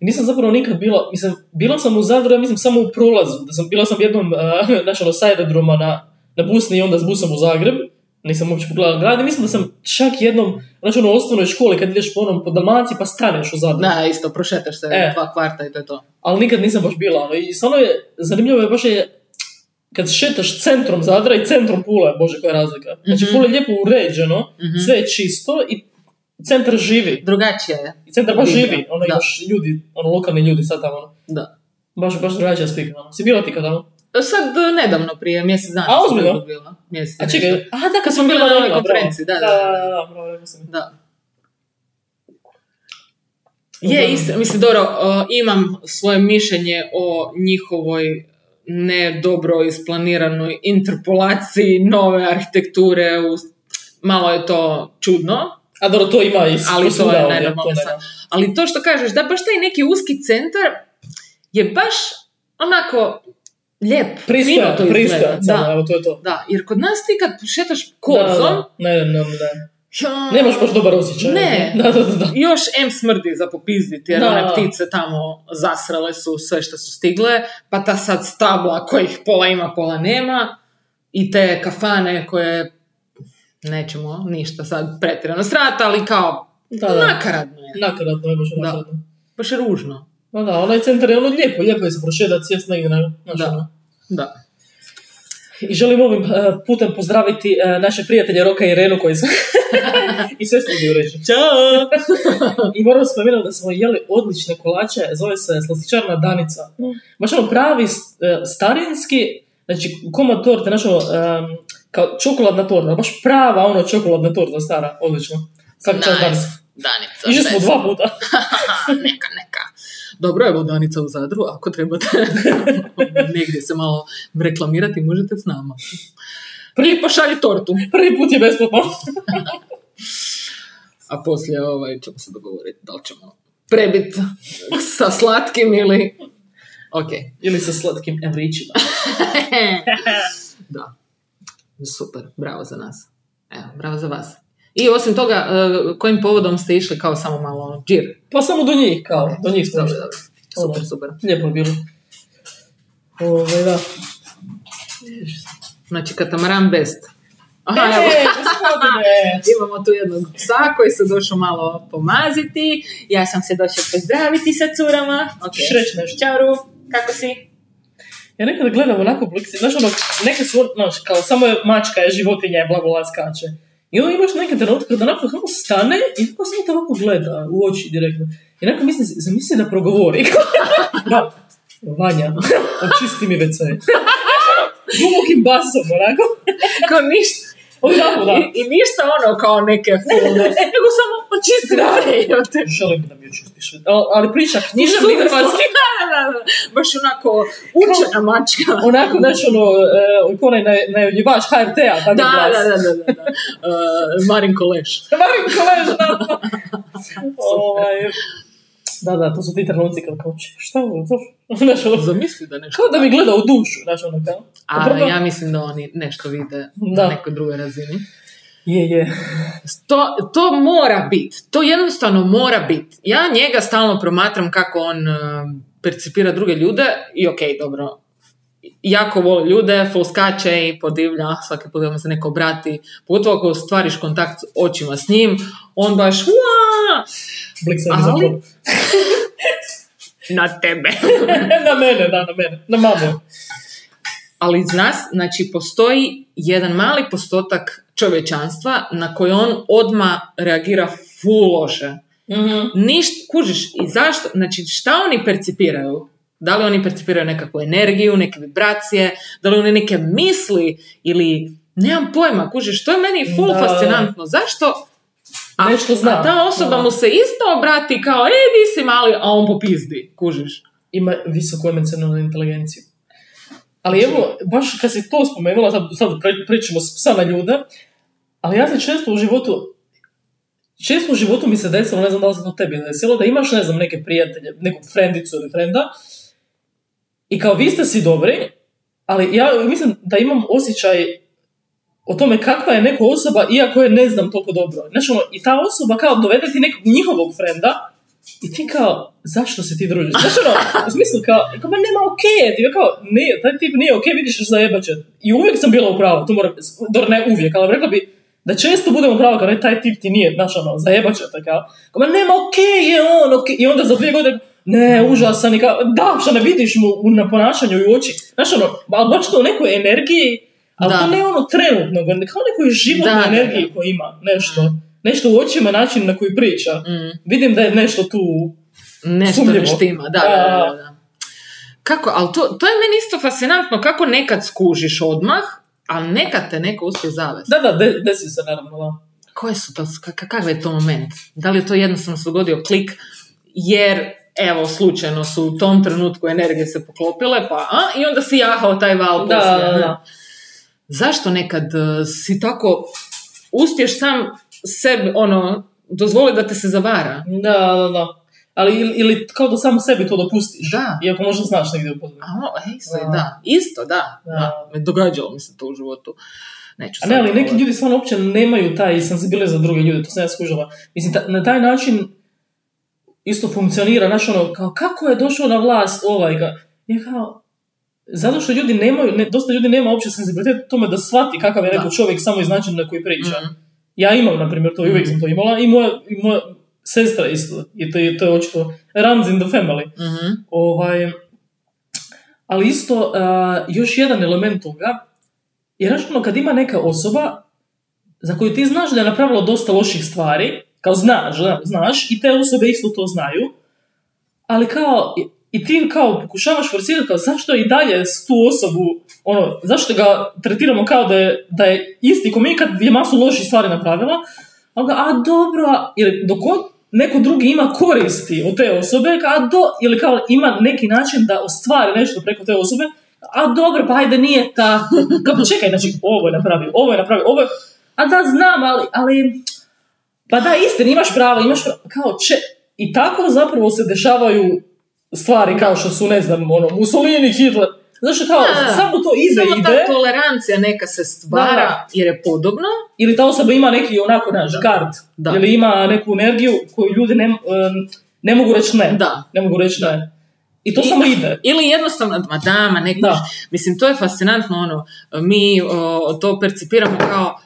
[SPEAKER 1] I nisam zapravo nikad bila, mislim, bila sam u Zadru, ja mislim, samo u prolazu. Da sam, bila sam jednom, uh, znaš, ono, s aerodroma na, na busni i onda s busom u Zagreb. Nisam uopće pogledala grad i mislim da sam čak jednom, znaš, ono, u osnovnoj školi, kad ideš po onom, po Dalmaciji, pa staneš u Zadru.
[SPEAKER 2] Da, isto, prošetaš se
[SPEAKER 1] E.
[SPEAKER 2] dva kvarta i to je to.
[SPEAKER 1] ali nikad nisam baš bila. Ono, I stvarno je, zanimljivo je baš je, kad šetaš centrom Zadra i centrom Pule, bože koja je razlika. Znači
[SPEAKER 2] Mhm.
[SPEAKER 1] Pula je lijepo uređeno, sve je čisto i centar živi.
[SPEAKER 2] Drugačije je.
[SPEAKER 1] I centar baš
[SPEAKER 2] Vibra,
[SPEAKER 1] živi, ono
[SPEAKER 2] da.
[SPEAKER 1] imaš ljudi, ono lokalni ljudi sad tamo. Ono.
[SPEAKER 2] Da.
[SPEAKER 1] Baš, baš drugačija slika. Ono. Si bila ti kad ono?
[SPEAKER 2] Sad e, nedavno, prije mjesec dana.
[SPEAKER 1] A,
[SPEAKER 2] sam
[SPEAKER 1] ozbiljno?
[SPEAKER 2] prvo bila. Mjesec
[SPEAKER 1] A
[SPEAKER 2] i
[SPEAKER 1] čekaj,
[SPEAKER 2] nešto.
[SPEAKER 1] a da
[SPEAKER 2] kad smo bili na
[SPEAKER 1] da,
[SPEAKER 2] onoj
[SPEAKER 1] da,
[SPEAKER 2] konferenciji, da,
[SPEAKER 1] bravo.
[SPEAKER 2] da,
[SPEAKER 1] da, da, da, bravo, rekla sam.
[SPEAKER 2] Da.
[SPEAKER 1] Uglavnom.
[SPEAKER 2] Je, isto, mislim, dobro, uh, imam svoje mišljenje o njihovoj ne dobro isplaniranoj interpolaciji nove arhitekture. U, malo je to čudno,
[SPEAKER 1] A dobro, to ima i
[SPEAKER 2] Ali to
[SPEAKER 1] svuda
[SPEAKER 2] je
[SPEAKER 1] ovdje,
[SPEAKER 2] najnormalnije
[SPEAKER 1] to
[SPEAKER 2] sad. ali to što kažeš, da baš taj neki uski centar je baš onako lijep. fino
[SPEAKER 1] Pristojan,
[SPEAKER 2] to izgleda.
[SPEAKER 1] pristojan, samo,
[SPEAKER 2] da,
[SPEAKER 1] evo to je to.
[SPEAKER 2] da, jer kod nas ti kad šetaš
[SPEAKER 1] Da, da,
[SPEAKER 2] kolzom,
[SPEAKER 1] da. Ne, ne, ne, ne.
[SPEAKER 2] ja,
[SPEAKER 1] Nemaš baš dobar osjećaj.
[SPEAKER 2] Ne.
[SPEAKER 1] Da, da, da. da.
[SPEAKER 2] još M smrdi za popizditi, jer
[SPEAKER 1] Da.
[SPEAKER 2] one ptice tamo zasrale su sve što su stigle, pa ta sad stabla kojih pola ima, pola nema, i te kafane koje nećemo ništa sad pretjerano srata, ali kao
[SPEAKER 1] Pa Da, da.
[SPEAKER 2] nakaradno je,
[SPEAKER 1] Nakaradno je baš
[SPEAKER 2] Da.
[SPEAKER 1] nakaradno.
[SPEAKER 2] baš je ružno.
[SPEAKER 1] Da, da, onaj centar je ono lijepo, lijepo je se prošetati, sjest negdje na znaš,
[SPEAKER 2] Da.
[SPEAKER 1] ono.
[SPEAKER 2] Da.
[SPEAKER 1] I želim ovim e, putem pozdraviti e, naše prijatelje Roka i Irenu koji su... I sve ste mi reći. Ćao! I moram spomenuti da smo jeli odlične kolače, zove se slastičarna Danica. Baš ono pravi s- e, starinski, znači komad torte, znaš ono, em, kao čokoladna torta, baš prava ono čokoladna torta stara, odlično. Svaki čas
[SPEAKER 2] Nice.
[SPEAKER 1] Danici.
[SPEAKER 2] Danica.
[SPEAKER 1] Pa Išli smo
[SPEAKER 2] bez-
[SPEAKER 1] dva puta.
[SPEAKER 2] neka, neka. Dobro, evo Danica u Zadru, ako trebate negdje se malo reklamirati, možete s nama. Prvi pošalji tortu.
[SPEAKER 1] Prvi put je besplatno.
[SPEAKER 2] A poslije ovaj, ćemo se dogovoriti da li ćemo prebit sa slatkim ili... Ok.
[SPEAKER 1] Ili sa slatkim evrićima.
[SPEAKER 2] da. Super, bravo za nas. Evo, bravo za vas. I osim toga, eh, kojim povodom ste išli kao samo malo ono, džir?
[SPEAKER 1] Pa samo do njih, kao,
[SPEAKER 2] Ok,
[SPEAKER 1] do njih smo
[SPEAKER 2] dobro,
[SPEAKER 1] išli.
[SPEAKER 2] dobro. Super,
[SPEAKER 1] Ono.
[SPEAKER 2] super.
[SPEAKER 1] Lijepo je bilo. Ove, da.
[SPEAKER 2] Znači, katamaran best. Aha,
[SPEAKER 1] e,
[SPEAKER 2] ja. evo.
[SPEAKER 1] gospodine!
[SPEAKER 2] Znači, Imamo tu jednog psa koji se došao malo pomaziti. Ja sam se došao pozdraviti sa curama. Ok.
[SPEAKER 1] Ćeš reći nešto.
[SPEAKER 2] Ćaru, kako si?
[SPEAKER 1] Ja nekad gledam onako blikci, znaš ono, neke su, znaš, kao samo je mačka, je životinja, je bla bla, bla skače. I onda imaš neke trenutke da onako samo stane i tako samo te ovako gleda u oči direktno. I onako mislim, zamisli da progovori. da, Vanja, očisti mi WC. Dubokim basom, onako.
[SPEAKER 2] Kao ništa.
[SPEAKER 1] Odjedanput, da.
[SPEAKER 2] I, I ništa ono kao neke fulne, nego samo Očisti
[SPEAKER 1] Da.
[SPEAKER 2] me, jebote.
[SPEAKER 1] Želim da mi očistiš. Al- Ali priča knjiža
[SPEAKER 2] Super,
[SPEAKER 1] literarski.
[SPEAKER 2] da, da, da. Baš onako učena mačka.
[SPEAKER 1] Onako, znaš, ono, e, ko onaj naj- najavljivač HRT-a, tako
[SPEAKER 2] Da,
[SPEAKER 1] glas.
[SPEAKER 2] da, da, da, da. da. Uh, Marin Koleš.
[SPEAKER 1] Marin Kolež, da. Ovaj, Da, da, to su ti trenuci kad kao, "Če, šta ovo, to?" Znaš, ono,
[SPEAKER 2] Zamisli da nešto...
[SPEAKER 1] kao da mi gleda u dušu, znaš, ono, kao.
[SPEAKER 2] A
[SPEAKER 1] Prvo-
[SPEAKER 2] ja mislim da oni nešto vide
[SPEAKER 1] Da.
[SPEAKER 2] na nekoj drugoj razini.
[SPEAKER 1] Je, je.
[SPEAKER 2] To, to mora biti. To jednostavno mora biti. Ja njega stalno promatram kako on e, percipira druge ljude i ok, dobro. Jako voli ljude, full skače i podivlja svaki put kad mu se neko obrati. Pogotovo ako stvariš kontakt očima s njim, on baš "Uaa!"
[SPEAKER 1] Blik se
[SPEAKER 2] Ali-
[SPEAKER 1] zapravo.
[SPEAKER 2] na tebe.
[SPEAKER 1] na mene, da, na mene. Na mamu.
[SPEAKER 2] Ali zna, s- znači postoji jedan mali postotak čovječanstva na koji on odma reagira full loše. Mhm. niš, kužiš, i zašto, znači šta oni percipiraju? Da li oni percipiraju nekakvu energiju, neke vibracije, da li oni neke misli ili nemam pojma, kužiš, što je meni full
[SPEAKER 1] Da.
[SPEAKER 2] fascinantno, zašto a,
[SPEAKER 1] Nešto zna.
[SPEAKER 2] a ta osoba
[SPEAKER 1] Da.
[SPEAKER 2] mu se isto obrati kao, e, di si mali, a on popizdi, kužiš.
[SPEAKER 1] Ima visoku emocionalnu inteligenciju. Ali evo, baš kad si to spomenula, sad, sad pre- pričamo s psa na ljude, ali ja se često u životu često u životu mi se desilo, ne znam da li se to tebi desilo, da imaš, ne znam, neke prijatelje, neku frendicu ili frenda i kao vi ste si dobri, ali ja mislim da imam osjećaj o tome kakva je neka osoba, iako je ne znam toliko dobro. Znači, ono, i ta osoba kao dovede ti nekog njihovog frenda i ti kao, zašto se ti družiš? Znači, ono, u smislu kao, kao ma nema okej, je. ti je kao, ne, taj tip nije okej, vidiš da jebače. I uvijek sam bila u pravu, to moram, dobro, ne uvijek, ali rekla bi, da često budemo pravo kao ne, taj tip ti nije, znaš ono, zajebat će te kao, kao, ma nema, okej je on, okej, i onda za dvije godine, ne, užasan, i kao, da, što ne vidiš mu u, na ponašanju i u oči, znaš ono, ali baš to u nekoj energiji, ali
[SPEAKER 2] Da.
[SPEAKER 1] to ne ono trenutno, nego kao nekoj životnoj
[SPEAKER 2] Da, da,
[SPEAKER 1] energiji koju ima, nešto, nešto u očima, način na koji priča,
[SPEAKER 2] Mm,
[SPEAKER 1] vidim da je nešto tu,
[SPEAKER 2] nešto
[SPEAKER 1] Sumnjivo.
[SPEAKER 2] ne štima, da, da, da, da. Kako, ali to, to je meni isto fascinantno, kako nekad skužiš odmah, ali nekad te neko uspije zavesti.
[SPEAKER 1] da, da, de, desi se naravno, da.
[SPEAKER 2] koje su to, ka- ka- kakav je to moment? Da li je to jednostavno se dogodio klik, jer evo, slučajno su u tom trenutku energije se poklopile, pa a, i onda si jahao taj val
[SPEAKER 1] Da,
[SPEAKER 2] poslije,
[SPEAKER 1] da,
[SPEAKER 2] ne?
[SPEAKER 1] da.
[SPEAKER 2] Zašto nekad e, si tako, uspješ sam sebi, ono, dozvoli da te se zavara?
[SPEAKER 1] Da, da, da. Ali ili, ili kao da samo sebi to dopustiš.
[SPEAKER 2] Da.
[SPEAKER 1] Iako možda znaš negdje u pozadini.
[SPEAKER 2] A, o, ej, sad,
[SPEAKER 1] Da.
[SPEAKER 2] da. isto, da.
[SPEAKER 1] Da.
[SPEAKER 2] da. Me događalo mi se to u životu. Neću
[SPEAKER 1] A ne,
[SPEAKER 2] sad
[SPEAKER 1] ali neki
[SPEAKER 2] govorit.
[SPEAKER 1] ljudi stvarno uopće nemaju taj senzibilitet za druge ljude, to sam ja skužila. Mislim, ta- na taj način isto funkcionira, znaš ono, kao kako je došao na vlast ovaj, ga, je kao, zato što ljudi nemaju, ne, dosta ljudi nema uopće senzibilitet u tome da shvati kakav je
[SPEAKER 2] Da.
[SPEAKER 1] neko čovjek samo iz načina na koji priča.
[SPEAKER 2] Mhm.
[SPEAKER 1] Ja imam, na primjer, to i uvijek
[SPEAKER 2] Mhm.
[SPEAKER 1] sam to imala i moja, i moja sestra isto, i to, je- to je očito runs in the family.
[SPEAKER 2] Mhm.
[SPEAKER 1] Ovaj, ali isto, a, još jedan element toga, je znaš ono, kad ima neka osoba za koju ti znaš da je napravila dosta loših stvari, kao znaš, da, znaš, i te osobe isto to znaju, ali kao, i- i ti kao pokušavaš forsirati kao zašto i dalje s tu osobu, ono, zašto ga tretiramo kao da je, da je isti ko mi kad je masu loših stvari napravila, ali ga, a dobro, a- ili dok on, neko drugi ima koristi od te osobe, a do, ili kao ima neki način da ostvari nešto preko te osobe, a dobro, pa ajde, nije tako. Kao, pa čekaj, znači, ovo je napravio, ovo je napravio, ovo je... A da, znam, ali, ali... Pa da, istina, imaš pravo, imaš pravo. Kao, če... I tako zapravo se dešavaju stvari kao što su, ne znam, ono, Mussolini, Hitler. Zašto kao,
[SPEAKER 2] Da.
[SPEAKER 1] samo to ide,
[SPEAKER 2] Samo
[SPEAKER 1] ide,
[SPEAKER 2] ta tolerancija neka se stvara
[SPEAKER 1] Da.
[SPEAKER 2] jer je podobno,
[SPEAKER 1] ili ta osoba ima neki onako naš gard,
[SPEAKER 2] Da.
[SPEAKER 1] ili ima neku energiju koju ljudi ne, em, ne mogu reći ne.
[SPEAKER 2] da.
[SPEAKER 1] Ne mogu reći ne. I to
[SPEAKER 2] I-
[SPEAKER 1] samo ide.
[SPEAKER 2] Ili jednostavno, ma da, ma ne kužiš.
[SPEAKER 1] Da.
[SPEAKER 2] Mislim, to je fascinantno, ono, mi o, to percipiramo kao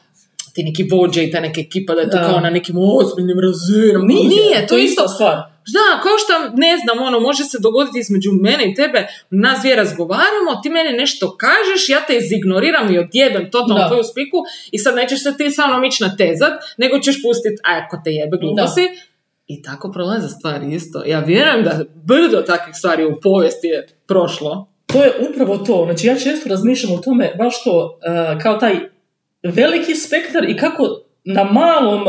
[SPEAKER 2] ti neki vođe i ta neka ekipa da je to
[SPEAKER 1] Da.
[SPEAKER 2] kao na nekim ozbiljnim razinama. Nije, to je isto.
[SPEAKER 1] stvar.
[SPEAKER 2] Da, kao što, ne znam, ono, može se dogoditi između mene i tebe, nas dvije razgovaramo, ti meni nešto kažeš, ja te izignoriram i odjedem
[SPEAKER 1] Da.
[SPEAKER 2] totalno tvoju spiku i sad nećeš se ti sa mnom ići natezat, nego ćeš pustiti, a ako te
[SPEAKER 1] Da.
[SPEAKER 2] jebe glupo si. I tako prolaze stvari isto. Ja vjerujem da brdo takvih stvari u povijesti je prošlo.
[SPEAKER 1] To je upravo to. Znači e, ja često razmišljam o tome baš to, eh, kao taj veliki spektar i kako na malom,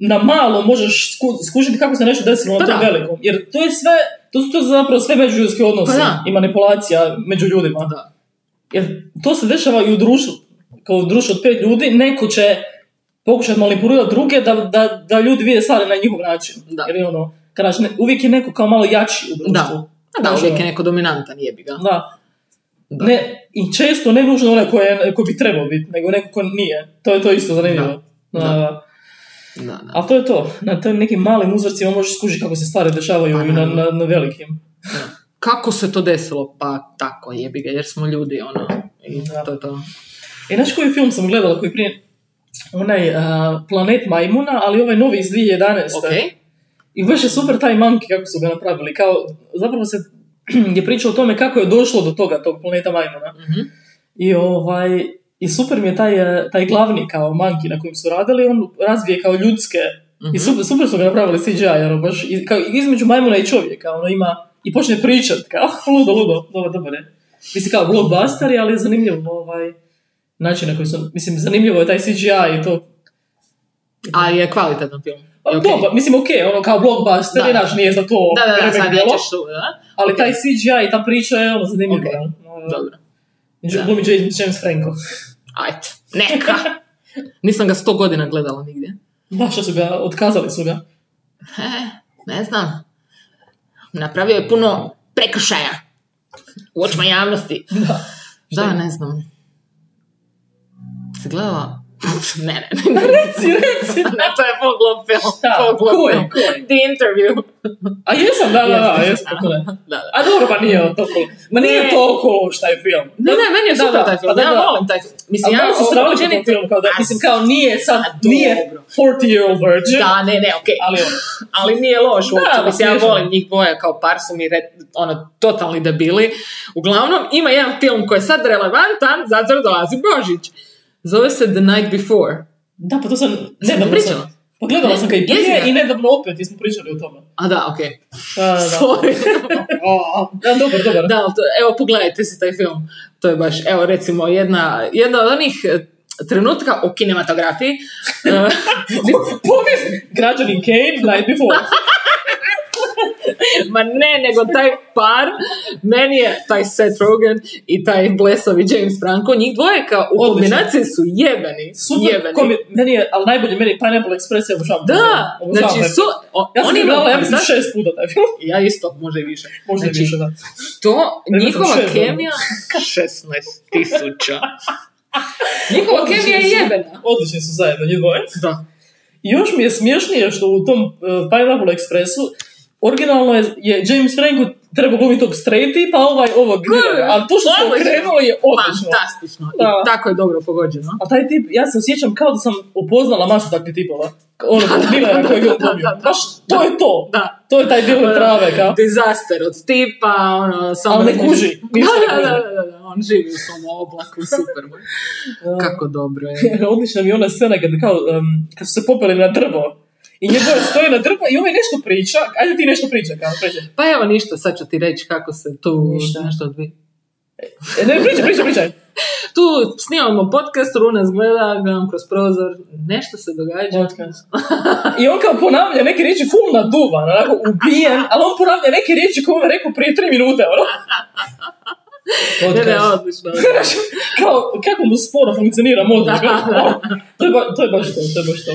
[SPEAKER 1] na malo možeš sku- skužiti kako se nešto desilo
[SPEAKER 2] Pa
[SPEAKER 1] na tom
[SPEAKER 2] da.
[SPEAKER 1] velikom. Jer to je sve, to su to su zapravo sve međuljudski odnosi
[SPEAKER 2] Pa da. Pa
[SPEAKER 1] i manipulacija među ljudima.
[SPEAKER 2] Da.
[SPEAKER 1] Jer to se dešava i u društvu. Kao u društvu od pet ljudi, neko će pokušati manipulirati druge da, da, da ljudi vide stvari na njihov način.
[SPEAKER 2] Da.
[SPEAKER 1] Jer je ono, kažeš, ne, uvijek je neko kao malo jači u društvu.
[SPEAKER 2] Da. A da, uvijek je neko dominantan, jebi ga.
[SPEAKER 1] Da.
[SPEAKER 2] Da.
[SPEAKER 1] Ne, I često ne nužno onaj koji ko bi trebao biti, nego neko ko nije. To je to isto zanimljivo. Da,
[SPEAKER 2] Da. Da.
[SPEAKER 1] da.
[SPEAKER 2] Da, da.
[SPEAKER 1] Ali to je to. Na tim nekim malim uzorcima možeš skužiti kako se stvari dešavaju
[SPEAKER 2] Pa,
[SPEAKER 1] i na,
[SPEAKER 2] naravno.
[SPEAKER 1] na, na velikim.
[SPEAKER 2] Kako se to desilo? Pa tako, jebi ga, jer smo ljudi, ono, i
[SPEAKER 1] Da.
[SPEAKER 2] to je to.
[SPEAKER 1] I E, znaš koji film sam gledala koji prije onaj a, Planet Majmuna, ali ovaj novi iz 2011.
[SPEAKER 2] Ok,
[SPEAKER 1] I baš je super taj mamki kako su ga napravili. Kao, zapravo se je pričao o tome kako je došlo do toga, tog planeta Majmuna.
[SPEAKER 2] mhm,
[SPEAKER 1] I ovaj, i super mi je taj, e, taj glavni kao manki na kojem su radili, on razvije kao ljudske.
[SPEAKER 2] mhm.
[SPEAKER 1] I super, super su ga napravili CGI, ono, baš i- kao, između majmuna i čovjeka, ono ima, i počne pričat, kao, ludo, ludo, dobar, dobar je. Mislim, kao blockbuster, ali je zanimljivo ovaj način na koji su, mislim, zanimljivo je taj CGI i to.
[SPEAKER 2] Ali Mhm. je kvalitetan film.
[SPEAKER 1] Pa,
[SPEAKER 2] Je ok.
[SPEAKER 1] Dobar, mislim, okej, ono, kao blockbuster,
[SPEAKER 2] Da.
[SPEAKER 1] je naš, nije za to
[SPEAKER 2] Da, da, da,
[SPEAKER 1] remek
[SPEAKER 2] sad
[SPEAKER 1] djelo.
[SPEAKER 2] nećeš tu, da?
[SPEAKER 1] Ali taj CGI i ta priča je ono zanimljiva.
[SPEAKER 2] Ok.
[SPEAKER 1] Okay.
[SPEAKER 2] Dobro. Da.
[SPEAKER 1] Da. Glumi James, James Franco.
[SPEAKER 2] Ajde, neka. Nisam ga sto godina gledala nigdje.
[SPEAKER 1] Da, što su ga, otkazali su ga.
[SPEAKER 2] E, ne znam. Napravio je puno prekršaja. U očima javnosti.
[SPEAKER 1] Da. Šta
[SPEAKER 2] Da,
[SPEAKER 1] je?
[SPEAKER 2] ne znam. Si gledala? ne, ne, ne, ne,
[SPEAKER 1] Pa Reci, reci.
[SPEAKER 2] ne, to je poglob film.
[SPEAKER 1] Šta?
[SPEAKER 2] Poglob
[SPEAKER 1] Koji?
[SPEAKER 2] film. The interview.
[SPEAKER 1] A jesam, da, da, da,
[SPEAKER 2] Jeste.
[SPEAKER 1] jesam, kako ne.
[SPEAKER 2] Da, da.
[SPEAKER 1] A dobro, pa nije toliko. Ma nije
[SPEAKER 2] Ne.
[SPEAKER 1] toliko loš taj film.
[SPEAKER 2] Ne, ne, meni je
[SPEAKER 1] Da,
[SPEAKER 2] super
[SPEAKER 1] da,
[SPEAKER 2] taj film.
[SPEAKER 1] pa da,
[SPEAKER 2] ja
[SPEAKER 1] da.
[SPEAKER 2] volim taj film.
[SPEAKER 1] Ali
[SPEAKER 2] Mislim, ja
[SPEAKER 1] ja su srali po tom
[SPEAKER 2] općenito-
[SPEAKER 1] filmu, kao da,
[SPEAKER 2] A,
[SPEAKER 1] mislim, kao nije sad,
[SPEAKER 2] a, dobro.
[SPEAKER 1] nije 40 year old virgin,
[SPEAKER 2] Da, ne, ne, okej.
[SPEAKER 1] ali ono,
[SPEAKER 2] ali nije loš
[SPEAKER 1] Da,
[SPEAKER 2] uopće,
[SPEAKER 1] pa
[SPEAKER 2] mislim, ja
[SPEAKER 1] smiješno.
[SPEAKER 2] volim njih dvoje kao par su mi re- ono, totalni debili. Uglavnom, ima jedan film koji je sad relevantan, zato jer dolazi Božić. Zove se The Night Before.
[SPEAKER 1] da, pa to sam, nedavno sam-
[SPEAKER 2] pričala.
[SPEAKER 1] Pa gledala sam ga i
[SPEAKER 2] Jezi
[SPEAKER 1] prije
[SPEAKER 2] ga.
[SPEAKER 1] i nedavno opet, jesmo pričali o tome.
[SPEAKER 2] A da, okej.
[SPEAKER 1] Da, da, da.
[SPEAKER 2] Sorry.
[SPEAKER 1] Da, dobar, dobar.
[SPEAKER 2] da, ali to, evo, pogledajte si taj film. To je baš, evo, recimo, jedna, jedna od onih eh, trenutka u kinematografiji eh,
[SPEAKER 1] Povijest, građanin Kane, Night Before.
[SPEAKER 2] Ma ne, nego taj par, meni je taj Seth Rogen i taj blesavi James Franco, njih dvoje kao u
[SPEAKER 1] Odlično.
[SPEAKER 2] kombinaciji su jebeni.
[SPEAKER 1] Super,
[SPEAKER 2] jebeni.
[SPEAKER 1] komi, meni je, ali najbolje meni je Pineapple Express, ja obožavam.
[SPEAKER 2] Da,
[SPEAKER 1] Obožavam taj
[SPEAKER 2] znači
[SPEAKER 1] film.
[SPEAKER 2] su... o-
[SPEAKER 1] Ja sam
[SPEAKER 2] oni
[SPEAKER 1] ga gledala, ja mislim,
[SPEAKER 2] znaš,
[SPEAKER 1] šest puta taj film.
[SPEAKER 2] Ja isto, možda i više.
[SPEAKER 1] Možda
[SPEAKER 2] znači,
[SPEAKER 1] i više, da.
[SPEAKER 2] To,
[SPEAKER 1] Ja mislim,
[SPEAKER 2] njihova
[SPEAKER 1] šest, da.
[SPEAKER 2] kemija... 16 tisuća. njihova kemija je jebena.
[SPEAKER 1] Odlični su zajedno, njih dvoje.
[SPEAKER 2] Da.
[SPEAKER 1] I još mi je smiješnije što u tom uh, Pineapple Expressu originalno je, je James Franco trebao glumiti tog straight tipa, a ovaj ovog gdje, ali to što se
[SPEAKER 2] Odlično.
[SPEAKER 1] okrenulo je odlično.
[SPEAKER 2] Fantastično.
[SPEAKER 1] Da.
[SPEAKER 2] I tako je dobro pogođeno.
[SPEAKER 1] A taj tip, ja se osjećam kao da sam upoznala masu takvih tipova. Ono, dilera koji ga
[SPEAKER 2] da,
[SPEAKER 1] glumio.
[SPEAKER 2] da.
[SPEAKER 1] Baš, to je to.
[SPEAKER 2] Da.
[SPEAKER 1] To je taj diler trave, kao.
[SPEAKER 2] Dizaster od tipa, ono, samo...
[SPEAKER 1] Ali ne
[SPEAKER 2] vidiš-
[SPEAKER 1] kuži, ništa
[SPEAKER 2] Da,
[SPEAKER 1] ne
[SPEAKER 2] da, da, da, da, on živi u svom oblaku, super mu je. Kako dobro je.
[SPEAKER 1] Odlična mi je ona scena kad, kao, em, kad su se popeli na drvo. I njegove stoje na drvo i ovaj nešto priča. Ajde ti nešto priča, kao, priča.
[SPEAKER 2] Pa evo ništa, sad ću ti reći kako se tu
[SPEAKER 1] Ništa.
[SPEAKER 2] nešto odvija.
[SPEAKER 1] E, Ne, priča, priča, priča.
[SPEAKER 2] Tu snimamo podcast, Runa gleda, gledam kroz prozor, nešto se događa.
[SPEAKER 1] I on kao ponavlja neke riječi full naduvan, onako ubijen, ali on ponavlja neke riječi koje on rekao prije tri minute, ono.
[SPEAKER 2] Ne, ne, odlično.
[SPEAKER 1] kao, kako mu sporo funkcionira mozak. ono. to, je ba, to je baš to, to je baš to.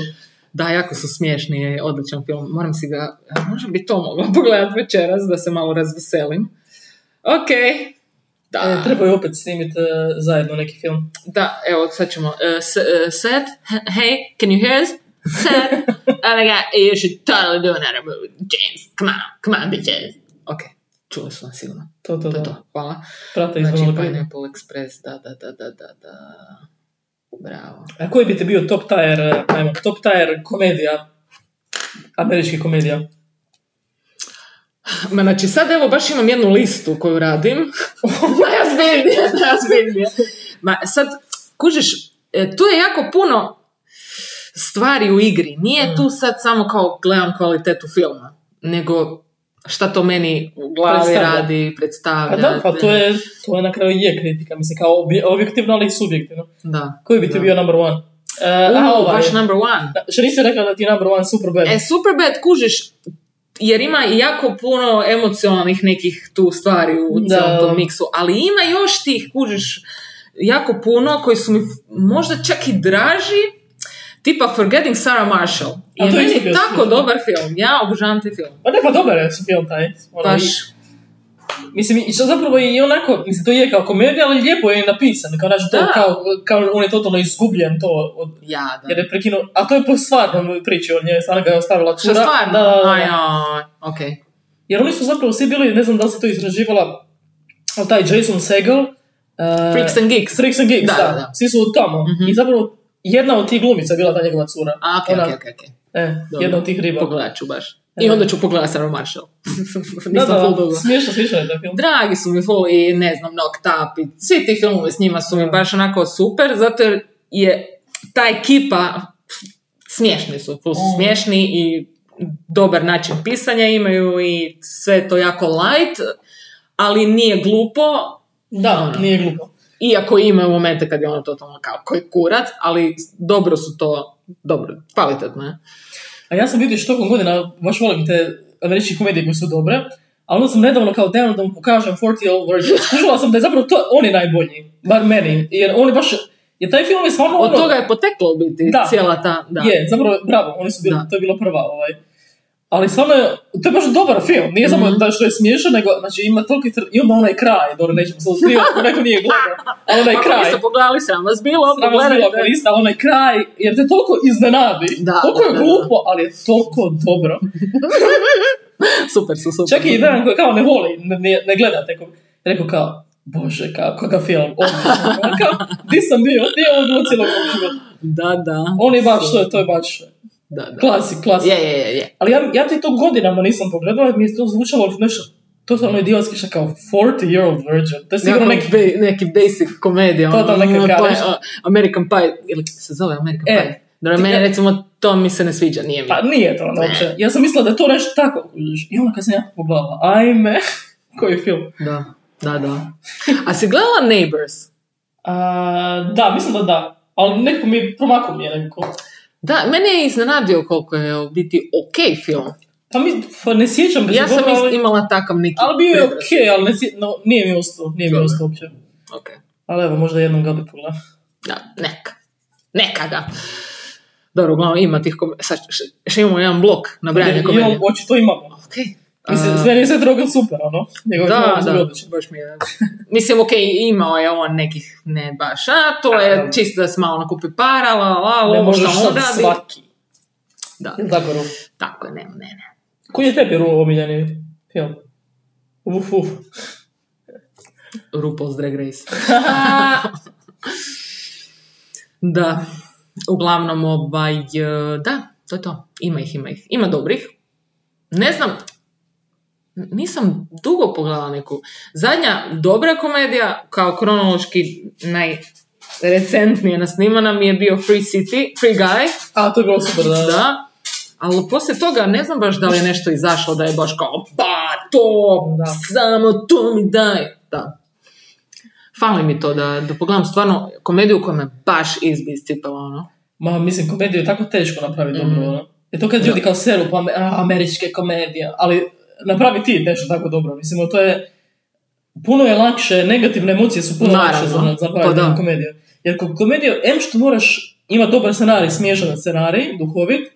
[SPEAKER 2] Da, jako su smiješni, je odličan film. Moram si ga, možda bi to mogla pogledat večeras da se malo razveselim. Ok. Da.
[SPEAKER 1] E, treba je opet snimiti e, zajedno neki film.
[SPEAKER 2] Da, evo, sad ćemo. Uh, s- uh, Seth, h- hey, can you hear us? Seth, oh my god, you should totally do another movie. James, come on, come on, bitches. Ok, čula sam vas sigurno.
[SPEAKER 1] To, to,
[SPEAKER 2] To je
[SPEAKER 1] to.
[SPEAKER 2] to, hvala.
[SPEAKER 1] Prate iz
[SPEAKER 2] Znači,
[SPEAKER 1] Vrlo Brine.
[SPEAKER 2] Pineapple Express, da, da, da, da, da, da. Bravo.
[SPEAKER 1] A koji bi ti bio top tier, e, ajmo, top tier komedija? Američki komedija.
[SPEAKER 2] Ma znači sad evo baš imam jednu listu koju radim. najozbiljnije, najozbiljnije. Ma sad, kužiš, e, tu je jako puno stvari u igri.
[SPEAKER 1] Mm.
[SPEAKER 2] Nije tu sad samo kao gledam kvalitetu filma, nego šta to meni u glavi
[SPEAKER 1] Predstavlja.
[SPEAKER 2] radi, predstavlja.
[SPEAKER 1] Pa da, pa to je, to je na kraju je kritika, mislim, kao obje- objektivno, ali i subjektivno.
[SPEAKER 2] Da.
[SPEAKER 1] Koji bi ti
[SPEAKER 2] Da.
[SPEAKER 1] bio number one? E, a
[SPEAKER 2] U,
[SPEAKER 1] ovaj,
[SPEAKER 2] baš number one.
[SPEAKER 1] da, što nisi rekla da ti je number one Superbad?
[SPEAKER 2] E, Superbad kužiš, jer ima i jako puno emocionalnih nekih tu stvari u
[SPEAKER 1] Da.
[SPEAKER 2] cijelom tom miksu, ali ima još tih, kužiš, jako puno koji su mi f- možda čak i draži, tipa Forgetting Sarah Marshall.
[SPEAKER 1] A
[SPEAKER 2] Je
[SPEAKER 1] to je isto
[SPEAKER 2] meni
[SPEAKER 1] bio
[SPEAKER 2] tako
[SPEAKER 1] super.
[SPEAKER 2] dobar film, ja obožavam taj film.
[SPEAKER 1] Pa ne, pa dobar je film taj. Ono,
[SPEAKER 2] Baš,
[SPEAKER 1] i- Mislim, i što zapravo je i onako, mislim, to je kao komedija, ali lijepo je napisan. Kao, znači, to,
[SPEAKER 2] Da.
[SPEAKER 1] kao, kao on je totalno izgubljen to od,
[SPEAKER 2] ja, da.
[SPEAKER 1] jer je prekinuo, a to je po stvarnom priči od nje, stvarno ga je ostavila
[SPEAKER 2] Što
[SPEAKER 1] cura.
[SPEAKER 2] stvarno?
[SPEAKER 1] Da, da, da, da.
[SPEAKER 2] Ajaj, ok.
[SPEAKER 1] Jer oni su zapravo svi bili, ne znam da li se to istraživala, ali taj Jason Segel, uh,
[SPEAKER 2] Freaks and Geeks.
[SPEAKER 1] Freaks and Geeks,
[SPEAKER 2] Da,
[SPEAKER 1] da,
[SPEAKER 2] da, da.
[SPEAKER 1] svi su od tamo.
[SPEAKER 2] Mhm.
[SPEAKER 1] I zapravo jedna od tih glumica je bila ta njegova cura.
[SPEAKER 2] A, ok,
[SPEAKER 1] Ona-
[SPEAKER 2] ok, ok, ok.
[SPEAKER 1] E,
[SPEAKER 2] Dobro.
[SPEAKER 1] jedna od tih riba.
[SPEAKER 2] Pogledat ću baš. I onda ću pogledat Sarah Marshall.
[SPEAKER 1] Da,
[SPEAKER 2] Nisam
[SPEAKER 1] da,
[SPEAKER 2] full dogla.
[SPEAKER 1] smiješno, smiješno je taj film.
[SPEAKER 2] Dragi su mi full i ne znam, Knocked Up i svi ti filmovi s njima su mi baš onako super, zato jer je ta ekipa, smiješni su, full su
[SPEAKER 1] Mm.
[SPEAKER 2] smiješni i dobar način pisanja imaju i sve je to jako light, ali nije glupo,
[SPEAKER 1] Da,
[SPEAKER 2] Ono.
[SPEAKER 1] nije glupo.
[SPEAKER 2] iako imaju momente kad je ono totalno kao koji kurac, ali dobro su to, dobro, kvalitetno je.
[SPEAKER 1] A ja sam vidio što tokom godina, baš volim te američke komedije koje su dobre, a onda sam nedavno kao down da mu pokažem 40 Old Virgin. Skužila sam da je zapravo to, on je najbolji, bar meni, jer on je baš, jer taj film je stvarno
[SPEAKER 2] Od
[SPEAKER 1] ono-
[SPEAKER 2] toga je poteklo u biti
[SPEAKER 1] Da.
[SPEAKER 2] cijela ta, da.
[SPEAKER 1] Je, zapravo, bravo, oni su bili,
[SPEAKER 2] Da.
[SPEAKER 1] to je bila prva ovaj. Ali stvarno je, to je baš dobar film, nije samo
[SPEAKER 2] Mhm.
[SPEAKER 1] da što je smiješan, nego, znači ima toliko, tr... i onda onaj kraj, dobro, nećemo se otkrivati, neko nije gledao, ali onaj
[SPEAKER 2] Ako
[SPEAKER 1] kraj.
[SPEAKER 2] niste pogledali, sram vas bilo,
[SPEAKER 1] Samo
[SPEAKER 2] pogledajte.
[SPEAKER 1] zbila korista, onaj kraj, jer te toliko iznenadi,
[SPEAKER 2] Da,
[SPEAKER 1] toliko
[SPEAKER 2] da,
[SPEAKER 1] je
[SPEAKER 2] da,
[SPEAKER 1] glupo, ali je toliko dobro.
[SPEAKER 2] Super su, super.
[SPEAKER 1] Čak i jedan koji kao ne voli, ne, ne, ne gleda teko. Rekao kao, bože, kao, kakav film, odličan. Ono kao, di sam bio, di je on bio cijelo moj život.
[SPEAKER 2] Da, da.
[SPEAKER 1] On je baš, to je, to je baš
[SPEAKER 2] Da, da.
[SPEAKER 1] klasik, klasik.
[SPEAKER 2] Je, je, je, je.
[SPEAKER 1] Ali ja, ja ti to godinama nisam pogledala, jer mi je to zvučalo nešto totalno ono idiotski, što kao 40 year old virgin. To je sigurno
[SPEAKER 2] Jako
[SPEAKER 1] neki...
[SPEAKER 2] ba- neki basic komedija. ono,
[SPEAKER 1] Totalno neka
[SPEAKER 2] ono, pa-
[SPEAKER 1] karaš.
[SPEAKER 2] a, American Pie, ili se zove American
[SPEAKER 1] E,
[SPEAKER 2] Pie. Dobro,
[SPEAKER 1] ti-
[SPEAKER 2] meni
[SPEAKER 1] ja-
[SPEAKER 2] recimo to mi se ne sviđa, nije mi.
[SPEAKER 1] Pa nije to ono uopće. Ja sam mislila da je to nešto tako. kužiš. I onda kad sam ja pogledala, ajme, koji film.
[SPEAKER 2] Da, da, da. A si gledala Neighbors?
[SPEAKER 1] A, da, mislim da da. Ali nekako mi je promakao mi je nekako.
[SPEAKER 2] Da, mene je iznenadio koliko je u biti ok film.
[SPEAKER 1] Pa, mi, pa ne sjećam bez
[SPEAKER 2] Ja sam
[SPEAKER 1] govora, ali-
[SPEAKER 2] is- imala takav neki
[SPEAKER 1] Ali bio je
[SPEAKER 2] predrag.
[SPEAKER 1] okej, ali ne, sje- no, nije mi ostao, nije mi
[SPEAKER 2] Dobro.
[SPEAKER 1] ostao uopće.
[SPEAKER 2] Ok.
[SPEAKER 1] Ali evo, možda jednom ga bi pogledao.
[SPEAKER 2] Da, neka. Neka ga. Dobro, uglavnom ima tih komedija. Sad, š- š- imamo jedan blok na branje komedija.
[SPEAKER 1] Imam, očito imamo.
[SPEAKER 2] Okej.
[SPEAKER 1] Mislim,
[SPEAKER 2] A-
[SPEAKER 1] sve nije sve drogan super, ono. Njegov
[SPEAKER 2] da, da, baš mi je. Mislim, ok, imao je on nekih, ne baš, a to je
[SPEAKER 1] Naravno.
[SPEAKER 2] čisto da se malo nakupi para, la, la,
[SPEAKER 1] Ne
[SPEAKER 2] ovo što
[SPEAKER 1] možeš
[SPEAKER 2] on
[SPEAKER 1] sad
[SPEAKER 2] radi.
[SPEAKER 1] svaki.
[SPEAKER 2] Da,
[SPEAKER 1] Jel tako, Ru?
[SPEAKER 2] tako je, ne, ne, ne.
[SPEAKER 1] Koji je tebi Ru omiljeni film? Uf, uf.
[SPEAKER 2] RuPaul's Drag Race. da, uglavnom, ovaj, eh, da, to je to. Ima ih, ima ih. Ima dobrih. Ne znam, nisam dugo pogledala neku. Zadnja dobra komedija, kao kronološki najrecentnije nasnimana, mi je bio Free City, Free Guy.
[SPEAKER 1] A, to je bilo super, da.
[SPEAKER 2] Da. Ali poslije toga ne znam baš da li je nešto izašlo da je baš kao pa to,
[SPEAKER 1] Da.
[SPEAKER 2] samo to mi daj. Da. Fali mi to da, da pogledam stvarno komediju koja me baš izbi iz cipela, ono.
[SPEAKER 1] Ma, mislim, komediju je tako teško napraviti
[SPEAKER 2] Mm.
[SPEAKER 1] dobro, ono. Je to kad ljudi kao seru, pa me- a, američke komedije, ali napravi ti nešto tako dobro, mislim, ono, to je, puno je lakše, negativne emocije su puno
[SPEAKER 2] Naravno.
[SPEAKER 1] lakše za, za
[SPEAKER 2] Pa da.
[SPEAKER 1] praviti komediju. Jer kod komedije, em što moraš imati dobar scenarij, smiješan scenarij, duhovit,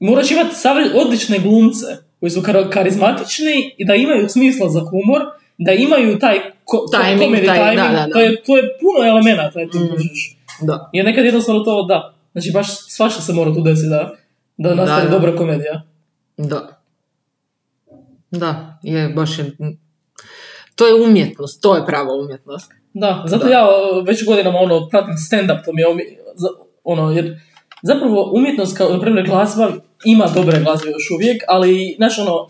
[SPEAKER 1] moraš imati savre- odlične glumce koji su kar- karizmatični i da imaju smisla za humor, da imaju taj ko-
[SPEAKER 2] Timing,
[SPEAKER 1] comedy
[SPEAKER 2] taj- da,
[SPEAKER 1] timing,
[SPEAKER 2] da, da.
[SPEAKER 1] To, je, to je puno elemenata, je tu
[SPEAKER 2] Mm.
[SPEAKER 1] kužiš.
[SPEAKER 2] Da.
[SPEAKER 1] Jer nekad jednostavno to da. Znači baš svašta se mora tu desiti da, da nastane
[SPEAKER 2] da.
[SPEAKER 1] dobra komedija.
[SPEAKER 2] Da. Da, je, baš je... To je umjetnost, to je prava umjetnost.
[SPEAKER 1] Da, zato
[SPEAKER 2] Da.
[SPEAKER 1] ja o, već godinama ono, pratim stand-up, to mi je omi- za- ono, jer zapravo umjetnost kao, na primjer, glazba ima dobre glazbe još uvijek, ali, znaš, ono,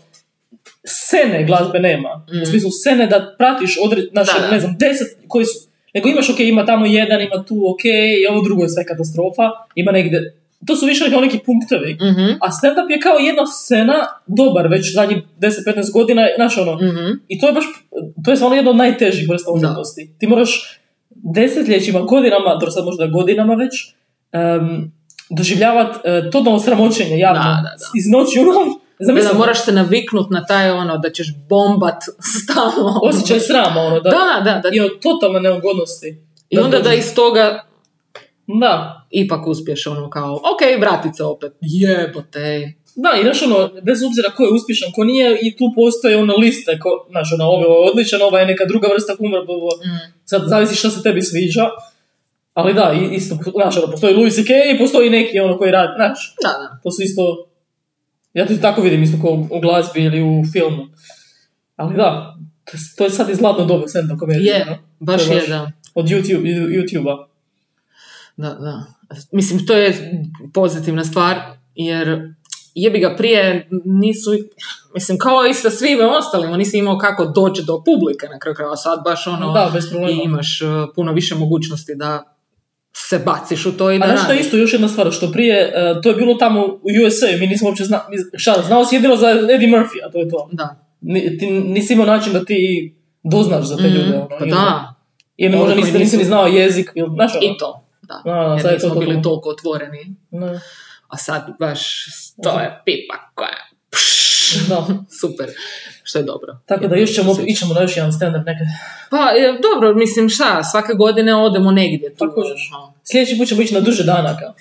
[SPEAKER 1] scene glazbe nema.
[SPEAKER 2] Mm.
[SPEAKER 1] U smislu scene da pratiš odred, znaš,
[SPEAKER 2] Da, da.
[SPEAKER 1] ne znam, deset koji su, nego imaš, ok, ima tamo jedan, ima tu, ok, i ovo drugo je sve katastrofa, ima negdje, to su više kao neki punktovi.
[SPEAKER 2] Mhm,
[SPEAKER 1] A stand-up je kao jedna scena, dobar već zadnjih 10-15 godina, znaš ono,
[SPEAKER 2] mhm.
[SPEAKER 1] i to je baš, to je stvarno jedna od najtežih vrsta umjetnosti. Ti moraš desetljećima, godinama, dobro sad možda godinama već, em, doživljavati eh, totalno sramoćenje javno.
[SPEAKER 2] Da, da, da.
[SPEAKER 1] Iz noći u noć.
[SPEAKER 2] Da,
[SPEAKER 1] Zamisli,
[SPEAKER 2] moraš se naviknut na taj ono, da ćeš bombat stalno.
[SPEAKER 1] osjećaj srama, ono, da.
[SPEAKER 2] Da, da, da.
[SPEAKER 1] I od totalne neugodnosti.
[SPEAKER 2] I onda da
[SPEAKER 1] dođe.
[SPEAKER 2] iz toga
[SPEAKER 1] Da.
[SPEAKER 2] ipak uspješ ono kao, ok, vratit se opet. Jebote.
[SPEAKER 1] Da, i znaš ono, bez obzira ko je uspješan, ko nije, i tu postoje ono liste, ko, znaš ono, ovo je odličan, ova je neka druga vrsta humora, bla, bla.
[SPEAKER 2] Mm,
[SPEAKER 1] sad zavisi što se tebi sviđa, ali da, i- isto, znaš ono, postoji Louis C.K. i postoji neki ono koji radi, znaš,
[SPEAKER 2] Da, da.
[SPEAKER 1] to su isto, ja to tako vidim isto ko u glazbi ili u filmu, ali da, to, je- to je sad i zlatno doba stand-up komedije,
[SPEAKER 2] Je,
[SPEAKER 1] no?
[SPEAKER 2] baš
[SPEAKER 1] To je
[SPEAKER 2] je,
[SPEAKER 1] baš-
[SPEAKER 2] da.
[SPEAKER 1] od YouTube, YouTube-a.
[SPEAKER 2] Da, da. Mislim, to je pozitivna stvar, jer jebi ga prije nisu, mislim, kao i sa svime ostalima, nisi imao kako doći do publike na kraju krajeva, sad baš ono,
[SPEAKER 1] Da, bez problema.
[SPEAKER 2] i imaš uh, puno više mogućnosti da se baciš u to i da
[SPEAKER 1] A znaš što je
[SPEAKER 2] radiš.
[SPEAKER 1] isto još jedna stvar, što prije, e, to je bilo tamo u USA, mi nismo uopće znali, šta, znao si jedino za Eddie Murphy, a to je to.
[SPEAKER 2] Da,
[SPEAKER 1] Ni, ti nisi imao način da ti doznaš za te
[SPEAKER 2] Mhm.
[SPEAKER 1] ljude. Ono,
[SPEAKER 2] pa
[SPEAKER 1] ili-
[SPEAKER 2] da,
[SPEAKER 1] Ili možda
[SPEAKER 2] Oni koji
[SPEAKER 1] nisi, nisi ni znao jezik, ili, znaš ono.
[SPEAKER 2] i to. Da.
[SPEAKER 1] Da, da,
[SPEAKER 2] Jer
[SPEAKER 1] sad je to
[SPEAKER 2] nismo
[SPEAKER 1] to
[SPEAKER 2] bili
[SPEAKER 1] to.
[SPEAKER 2] toliko otvoreni.
[SPEAKER 1] Ne.
[SPEAKER 2] A sad baš, to je pipa koja, pš,
[SPEAKER 1] Da.
[SPEAKER 2] super, što je dobro.
[SPEAKER 1] Tako da još ćemo, ićemo na još jedan stand-up nekad.
[SPEAKER 2] Pa, e, dobro, mislim, šta, svake godine odemo negdje. Tu,
[SPEAKER 1] Pa, kužiš.
[SPEAKER 2] ono.
[SPEAKER 1] Sljedeći put ćemo ići na duže danaka.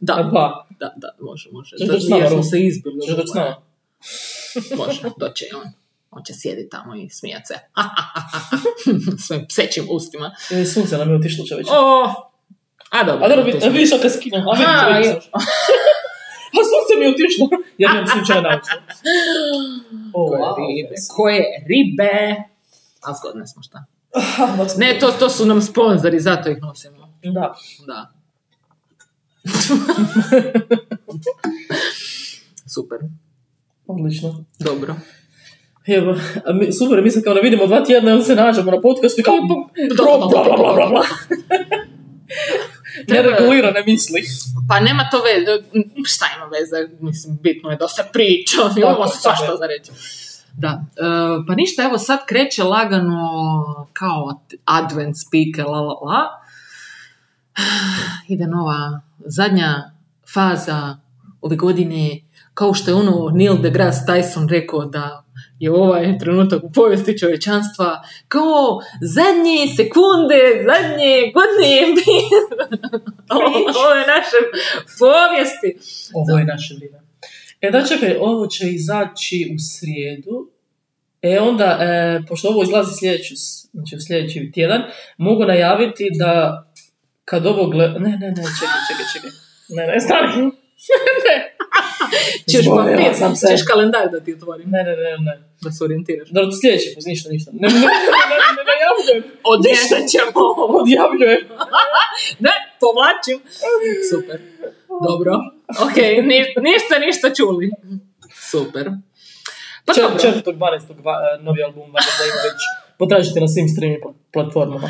[SPEAKER 2] Da,
[SPEAKER 1] Pa,
[SPEAKER 2] da, da, može, može.
[SPEAKER 1] Ćeš
[SPEAKER 2] Da,
[SPEAKER 1] doći s nama,
[SPEAKER 2] jer smo
[SPEAKER 1] Rom?
[SPEAKER 2] se izbili. ovaj,
[SPEAKER 1] ćeš doći s nama.
[SPEAKER 2] Može, doće i on. On će sjediti tamo i smijat se. Svojim psećim ustima.
[SPEAKER 1] E, Sunce nam je otišlo čoveče.
[SPEAKER 2] O, a dobro.
[SPEAKER 1] A dobro,
[SPEAKER 2] tu
[SPEAKER 1] vi-
[SPEAKER 2] smo.
[SPEAKER 1] vidiš kad skinem. A
[SPEAKER 2] Aha,
[SPEAKER 1] vidiš,
[SPEAKER 2] je.
[SPEAKER 1] vidiš. A sunce mi je otišlo. Ja nemam sunčane nauče. O,
[SPEAKER 2] Koje
[SPEAKER 1] wow.
[SPEAKER 2] ribe, koje ribe. A zgodne smo šta.
[SPEAKER 1] Aha, baš-
[SPEAKER 2] Ne, to, to su nam sponzori, zato ih nosimo.
[SPEAKER 1] Da.
[SPEAKER 2] Da. Super,
[SPEAKER 1] Odlično.
[SPEAKER 2] dobro.
[SPEAKER 1] Evo, a mi, super, mislim kao da vidimo dva tjedna i onda se nađemo na podcastu i kao bla, bla, bla, bla, bla, bla.
[SPEAKER 2] Treba-
[SPEAKER 1] neregulirane misli.
[SPEAKER 2] Pa nema to veze, šta ima veze, mislim, bitno je da se priča, imamo
[SPEAKER 1] je, tako
[SPEAKER 2] svašta
[SPEAKER 1] je.
[SPEAKER 2] za reći. Da, e, pa ništa, evo sad kreće lagano kao advent speaker, la la la. Ide nova zadnja faza ove godine, kao što je ono Neil deGrasse Tyson rekao da je ovaj trenutak u povijesti čovječanstva kao zadnje sekunde, zadnje godine ove naše povijesti.
[SPEAKER 1] Ovo je naše vrijeme. E da čekaj, ovo će izaći u srijedu. E onda, e, pošto ovo izlazi sljedeću, s- znači u sljedeći tjedan, mogu najaviti da kad ovo gle... Ne, ne, ne, čekaj, čekaj, čekaj. Ne, ne, stani. ne.
[SPEAKER 2] Češ
[SPEAKER 1] Zborila
[SPEAKER 2] papir,
[SPEAKER 1] sam se.
[SPEAKER 2] ćeš kalendar da ti otvorim,
[SPEAKER 1] Ne, ne, ne, ne.
[SPEAKER 2] da se orijentiraš.
[SPEAKER 1] Dobro, do sljedeći put, ništa, ništa. Ne, ne, ne, ne, ne, najavljujem.
[SPEAKER 2] Odježat ćemo ovo.
[SPEAKER 1] Odjavljujem.
[SPEAKER 2] Ne, povlačim. Super. Dobro. Ok, ni- ništa, ništa čuli. Super. Pa
[SPEAKER 1] Čet-
[SPEAKER 2] dobro.
[SPEAKER 1] 4.12. va- e, novi album Valjda ima već. Potražite na svim streaming pla- platformama.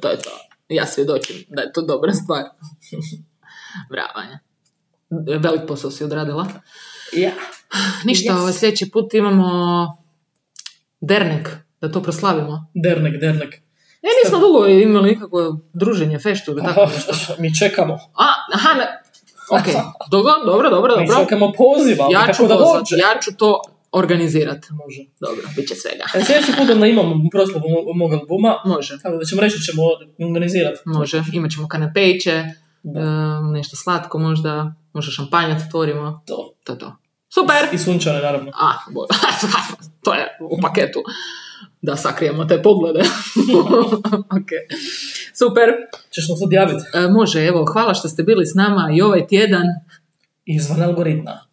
[SPEAKER 2] To je to. Ja svjedočim da je to dobra stvar. Brava je. Velik posao si odradila.
[SPEAKER 1] Ja.
[SPEAKER 2] Ništa,
[SPEAKER 1] Yes.
[SPEAKER 2] ovaj sljedeći put imamo dernek, da to proslavimo.
[SPEAKER 1] Dernek, dernek.
[SPEAKER 2] E, nismo dugo imali nikakvo druženje, feštu ili tako nešto.
[SPEAKER 1] Mi čekamo.
[SPEAKER 2] A, aha, ne. Ok, dobro, dobro, dobro,
[SPEAKER 1] Mi
[SPEAKER 2] dobro.
[SPEAKER 1] čekamo poziva, ali
[SPEAKER 2] Ja ću,
[SPEAKER 1] kako da
[SPEAKER 2] pozvat,
[SPEAKER 1] dođe.
[SPEAKER 2] ja ću to organizirat.
[SPEAKER 1] Može.
[SPEAKER 2] Dobro, bit će svega.
[SPEAKER 1] E, sljedeći put onda imamo proslavu mo- mog albuma,
[SPEAKER 2] Može,
[SPEAKER 1] tako da ćemo reći da ćemo organizirati.
[SPEAKER 2] može. Imat ćemo kanepeće,
[SPEAKER 1] Da.
[SPEAKER 2] em, nešto slatko možda, možda šampanjac otvorimo.
[SPEAKER 1] To.
[SPEAKER 2] To je to. Super!
[SPEAKER 1] I sunčane, naravno.
[SPEAKER 2] A, bo- to je u paketu. Da sakrijemo te poglede. ok. Super.
[SPEAKER 1] Češ nam sad javiti.
[SPEAKER 2] E, može, evo, hvala što ste bili s nama i ovaj tjedan.
[SPEAKER 1] Izvan algoritma.